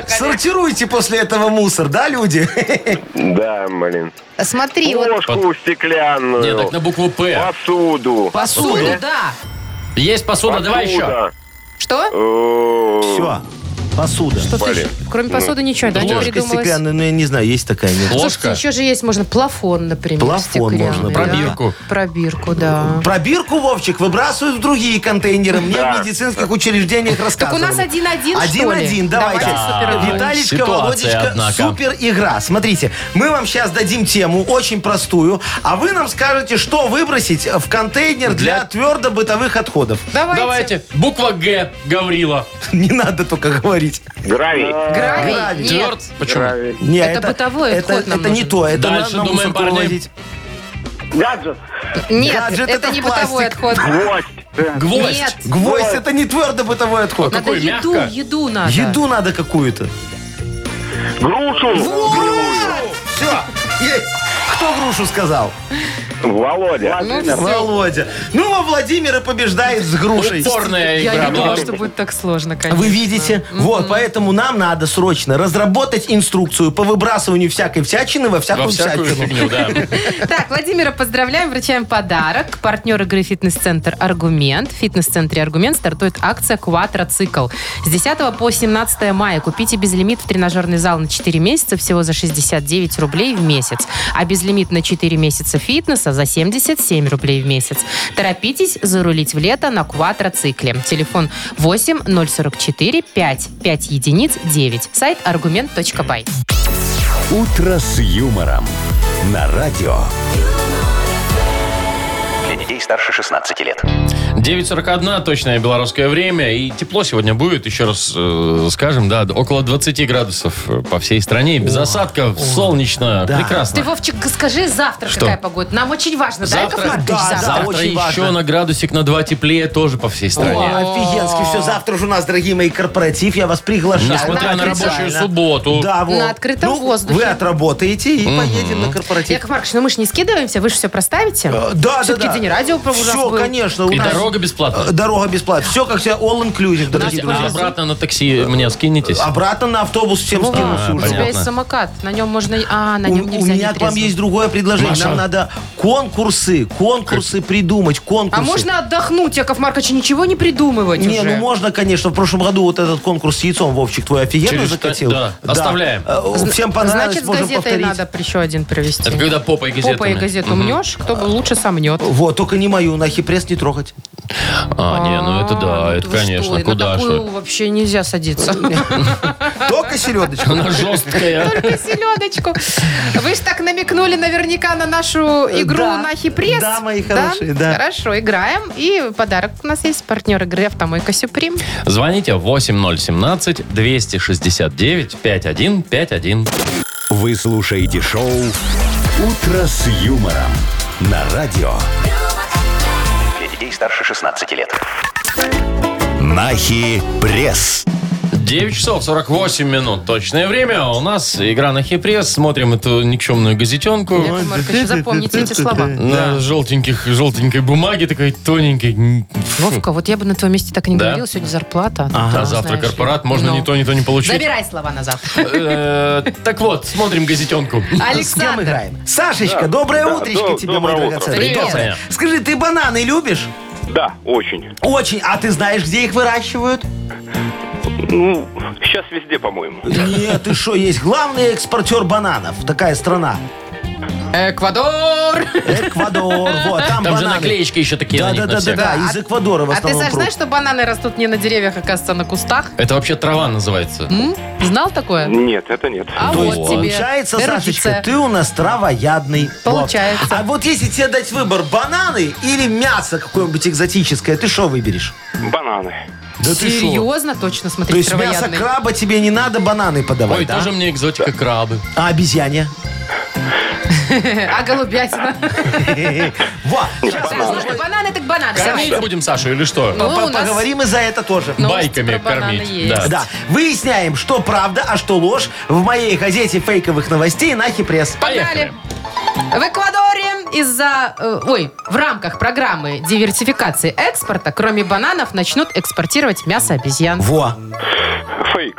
S4: Сортируйте после этого мусор, да, люди?
S7: Да, блин.
S3: Смотри, вот
S7: Ложку стеклянную.
S2: Нет, так на букву П.
S7: Посуду.
S3: посуду, да.
S2: Есть посуда, давай еще.
S3: Что?
S7: Все.
S4: Все. Посуда.
S3: Что-то еще? Кроме
S7: Ну.
S3: посуды ничего, да, не
S2: ложка
S4: Ложка
S3: придумалось.
S4: стеклянная, ну я не знаю, есть такая нет.
S3: Слушайте,
S2: Ложка.
S3: еще же есть, можно плафон, например,
S4: Плафон
S3: стеклянный,
S4: можно,
S3: да.
S2: пробирку.
S3: Пробирку, да.
S4: Пробирку, Вовчик, выбрасывают в другие контейнеры. Мне в
S7: Да.
S4: медицинских учреждениях
S3: Так у
S4: рассказывали.
S3: нас один-один, что ли?
S4: Один-один, давайте.
S3: Давайте супер.
S4: Виталичка,
S2: Ситуация,
S4: Володечка,
S2: однако.
S4: супер игра. Смотрите, мы вам сейчас дадим тему, очень простую, а вы нам скажете, что выбросить в контейнер для,
S2: Для-
S4: твердо бытовых отходов.
S3: Давайте.
S2: Давайте. Буква Г. Гаврила.
S4: Не надо только говорить.
S7: Гравий.
S3: Гравий.
S4: Гравий.
S3: Нет.
S2: Тверд. Почему?
S4: Не,
S3: Это бытовой
S4: это,
S3: отход нам
S4: это не
S3: нужен.
S4: то, это
S2: Дальше
S4: надо на
S2: думаем,
S4: мусорку
S2: парни.
S4: вывозить.
S7: Гаджет.
S3: Нет,
S4: Гаджет
S3: это,
S4: это
S3: не
S4: пластик.
S3: бытовой отход.
S7: Гвоздь. Э,
S2: Гвоздь.
S3: Нет,
S4: Гвоздь это не твердо бытовой отход.
S3: надо
S2: какой,
S3: еду,
S2: мягко?
S3: еду надо.
S4: Еду надо какую-то.
S7: Грушу.
S4: Все, есть. Кто грушу сказал?
S7: Владимир.
S3: Ну,
S7: Владимир.
S3: всё.
S4: Володя. Ну, а Владимира побеждает с грушей.
S2: Упорная
S3: Я
S2: игра
S3: не
S2: была.
S3: думала, что будет так сложно, конечно.
S4: Вы видите? Вот, поэтому нам надо срочно разработать инструкцию по выбрасыванию всякой всячины во всякую,
S2: Во всякую
S4: всячину.
S2: фигню, да.
S3: Так, Владимира поздравляем, вручаем подарок. Партнер игры «Фитнес-центр Аргумент». В «Фитнес-центре Аргумент» стартует акция «Кватроцикл». С 10 по 17 мая купите безлимит в тренажерный зал на 4 месяца всего за 69 рублей в месяц. А безлимит на 4 месяца фитнеса за 77 рублей в месяц. Торопитесь зарулить в лето на «Кватроцикле». Телефон 8 044 5 5 единиц 9. Сайт аргумент.бай.
S1: «Утро с юмором» на радио.
S5: Для детей старше 16 лет.
S2: 9.41, точное белорусское время. И тепло сегодня будет, еще раз э, скажем, да, около 20 градусов э, по всей стране. Без осадков, солнечно,
S4: да.
S3: Ты,
S2: прекрасно.
S3: Вовчик, скажи завтра,
S2: Что?
S3: какая погода. Нам очень важно, да, Яков
S2: Завтра,
S3: Маркович?
S4: Да, да,
S3: завтра.
S2: завтра
S4: очень
S2: еще
S4: важно.
S2: на градусик на 2 теплее тоже по всей
S4: О,
S2: стране.
S4: офигенски. Все, завтра же у нас, дорогие мои, корпоратив. Я вас приглашаю.
S2: Несмотря на
S4: Официально.
S2: рабочую субботу.
S4: Да, вот.
S3: На открытом
S4: Ну,
S3: воздухе.
S4: Вы отработаете и поедем на корпоратив.
S3: Яков Маркович, ну мы же не скидываемся, вы же все проставите.
S4: Э, Да,
S3: Все-таки
S4: да, да.
S3: день радио про ужас
S4: Все,
S3: был.
S4: конечно. у
S2: И
S4: нас-
S2: дорога бесплатная.
S4: Э, Дорога бесплатная. Все, как все, all inclusive, дорогие
S2: Подождите, а
S4: друзья.
S2: обратно на такси мне скинетесь?
S4: Обратно на автобус всем скину
S3: А, у
S4: слушай.
S3: тебя
S2: понятно.
S3: есть самокат, на нем можно... и- А, на
S4: У,
S3: нем
S4: у
S3: нельзя
S4: меня
S3: не
S4: к вам
S3: трезвым.
S4: есть другое предложение.
S2: Маша.
S4: Нам надо конкурсы, конкурсы придумать, конкурсы.
S3: А можно отдохнуть, Яков Маркович, и ничего не придумывать
S4: Не,
S3: уже.
S4: ну можно, конечно. В прошлом году вот этот конкурс с яйцом, Вовчик, твой офигенно
S2: Через что-
S4: закатил.
S2: да, оставляем.
S4: Э, Всем понравилось,
S3: Значит, с
S4: можем
S3: газетой
S4: повторить.
S3: надо еще один провести.
S2: Это когда попой газетами.
S3: Попа и газету мнешь, кто бы лучше сомнет.
S4: Вот, только не мою, на пресс не трогать.
S2: А, не, ну это да,
S3: А,
S2: это
S3: вы что,
S2: конечно,
S3: и
S2: куда
S3: На такую
S2: что.
S3: вообще нельзя садиться.
S4: Только середочку.
S2: Она жесткая.
S3: Только селедочку. Вы же так намекнули наверняка на нашу игру
S4: Да.
S3: на хипресс.
S4: Да, мои хорошие, да.
S3: Хорошо, играем. И подарок у нас есть. Партнер игры «Автомойка Сюприм».
S2: Звоните 8017-269-5151.
S1: Вы слушаете шоу «Утро с юмором» на радио.
S5: Для детей старше 16 лет.
S1: Нахи пресс.
S2: 9 часов 48 минут. Точное время. У нас игра на хипресс. Смотрим эту никчемную газетенку.
S3: Яков Маркович, запомните эти слова.
S2: На желтеньких, желтенькой бумаге, такой тоненькой. Фу.
S3: Вовка, вот я бы на твоем месте так и не
S2: Да?
S3: говорила. Сегодня зарплата.
S2: А
S3: Ты
S2: завтра
S3: знаешь ли.
S2: корпорат, можно
S3: Ну.
S2: ни то, ни то не получить.
S3: Забирай слова назад.
S2: Э, Так вот, смотрим газетенку.
S4: С кем
S3: Александр.
S4: играем? Сашечка, доброе
S7: Да,
S4: утречко
S7: до-
S4: тебе, мой
S7: доброе утро.
S4: драгоценный.
S2: Привет,
S4: Доброе.
S2: Саня.
S4: Скажи, ты бананы любишь?
S3: Ну,
S7: Да, очень.
S4: Очень. А ты знаешь, где их выращивают?
S7: Ну, сейчас везде, по-моему.
S4: Нет, ты что, есть главный экспортер бананов. Такая страна.
S3: Эквадор!
S4: Эквадор. Вот, там
S2: Там же
S4: бананы.
S2: наклеечки еще такие на
S4: Да,
S2: них,
S4: да,
S2: на
S4: да, да,
S2: всех.
S4: да. Из Эквадора в
S3: А ты,
S4: основном.
S3: Саш,
S4: пруд.
S3: знаешь, что бананы растут не на деревьях, оказывается, а на кустах?
S2: Это вообще трава называется.
S3: М? Знал такое?
S7: Нет, это нет.
S3: А
S4: Ну, То
S3: вот
S4: есть,
S3: тебе.
S4: получается,
S3: эрудиция.
S4: Сашечка, ты у нас травоядный. Вот.
S3: Получается.
S4: А вот если тебе дать выбор, бананы или мясо какое-нибудь экзотическое, ты что выберешь?
S7: Бананы.
S4: Да ты шо?
S3: Серьезно? Точно,
S4: То
S3: смотри,
S4: есть мясо
S3: травоядный.
S4: краба тебе не надо бананы подавать,
S2: Ой,
S4: да?
S2: тоже мне экзотика крабы.
S4: А обезьяне?
S3: А голубятина?
S4: Во!
S3: Сейчас, слушай, бананы так бананы. Давай.
S2: Кормить будем Сашу или
S3: Ну,
S2: что?
S4: По-
S3: у нас-
S4: Поговорим и за это тоже.
S3: Ну, Новости
S2: Байками
S3: про бананы
S2: кормить.
S3: есть.
S2: Да.
S4: Да. Выясняем, что правда, а что ложь в моей газете фейковых новостей на Хипресс.
S2: Поехали.
S3: Погнали. В Эквадоре из-за... э, ой, в рамках программы диверсификации экспорта, кроме бананов, начнут экспортировать мясо обезьян.
S4: Во.
S7: Фейк.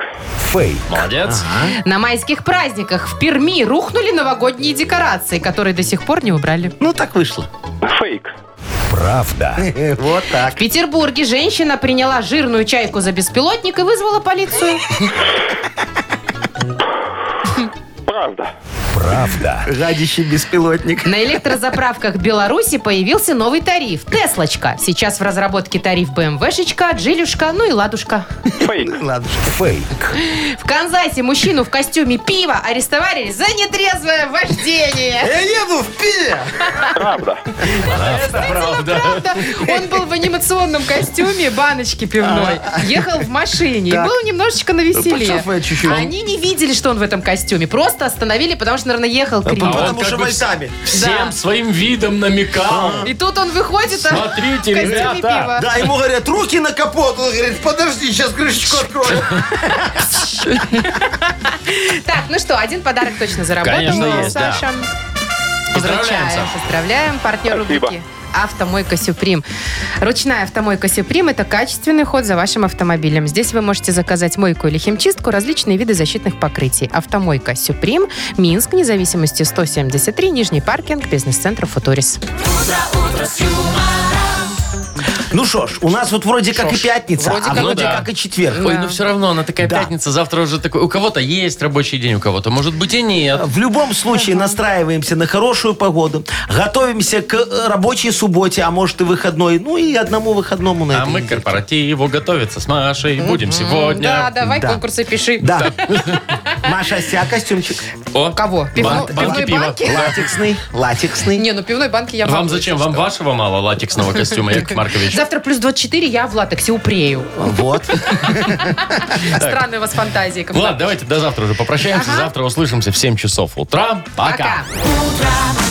S1: Фейк.
S2: Молодец.
S3: На майских праздниках в Перми рухнули новогодние декорации, которые до сих пор не убрали.
S4: Ну, так вышло.
S7: Фейк.
S1: Правда.
S4: Вот так.
S3: В Петербурге женщина приняла жирную чайку за беспилотник и вызвала полицию.
S7: Правда.
S1: Правда.
S4: Гадящий беспилотник.
S3: На электрозаправках Беларуси появился новый тариф – Теслочка. Сейчас в разработке тариф БМВшечка, Джилюшка, ну и Ладушка.
S7: Фейк.
S4: Ладушка.
S1: Фейк.
S3: В Канзасе мужчину в костюме пива арестовали за нетрезвое вождение.
S4: Я еду в пиве!
S2: А
S7: Правда.
S2: Правда.
S3: Правда, он был в анимационном костюме баночки пивной. Ехал в машине и
S4: Так.
S3: был немножечко навеселее.
S4: Пошафе чуть-чуть.
S3: Они не видели, что он в этом костюме. Просто остановили, потому что наверное, ехал криво.
S2: А он
S4: Потому
S2: как
S4: что
S2: бы
S4: войсками.
S2: Всем
S3: Да.
S2: своим видом намекал.
S3: И тут он выходит, а, в
S2: Смотрите,
S3: костюме
S2: ребята.
S3: пива.
S4: Да, ему говорят, руки на капот. Он говорит, подожди, сейчас крышечку открою.
S3: Так, ну что, один подарок точно заработал.
S2: Конечно, есть, да.
S3: Саша.
S2: Поздравляем,
S3: Поздравляем,
S2: Саша.
S3: поздравляем. Партнер
S7: Спасибо.
S3: рубрики «Автомойка Сюприм». Ручная «Автомойка Сюприм» — это качественный ход за вашим автомобилем. Здесь вы можете заказать мойку или химчистку, различные виды защитных покрытий. «Автомойка Сюприм», Минск, независимости 173, Нижний паркинг, бизнес-центр «Футурис».
S4: Ну что ж, у нас вот вроде как и пятница,
S3: Вроде
S4: а
S3: как
S4: вроде
S2: да.
S4: как и четверг.
S2: Ой, ну все равно, она такая
S4: Да.
S2: пятница, завтра уже такой... У кого-то есть рабочий день, у кого-то, может быть, и нет.
S4: В любом случае настраиваемся на хорошую погоду, готовимся к э, рабочей субботе, а может и выходной, ну и одному выходному на
S2: А
S4: этой
S2: мы к
S4: неделе.
S2: корпоративу готовиться с Машей будем
S3: Да,
S2: сегодня.
S3: давай
S4: Да.
S3: конкурсы пиши.
S4: Да. Маша, ся костюмчик.
S2: О,
S3: Кого? Пивно-
S2: бан-
S3: Пивной
S2: банки пива.
S3: банки?
S4: Латексный, латексный.
S3: Не, ну пивной банки я
S2: Вам
S3: могу,
S2: зачем?
S3: если
S2: Вам
S3: что.
S2: вашего мало латексного костюма, Яков Маркович?
S3: Завтра плюс 24, я в латексе упрею.
S4: Вот.
S3: Странные у вас фантазии. Яков
S2: Ну ладно, давайте до завтра уже попрощаемся. Завтра услышимся в 7 часов утра. Пока.
S3: Пока.
S8: утро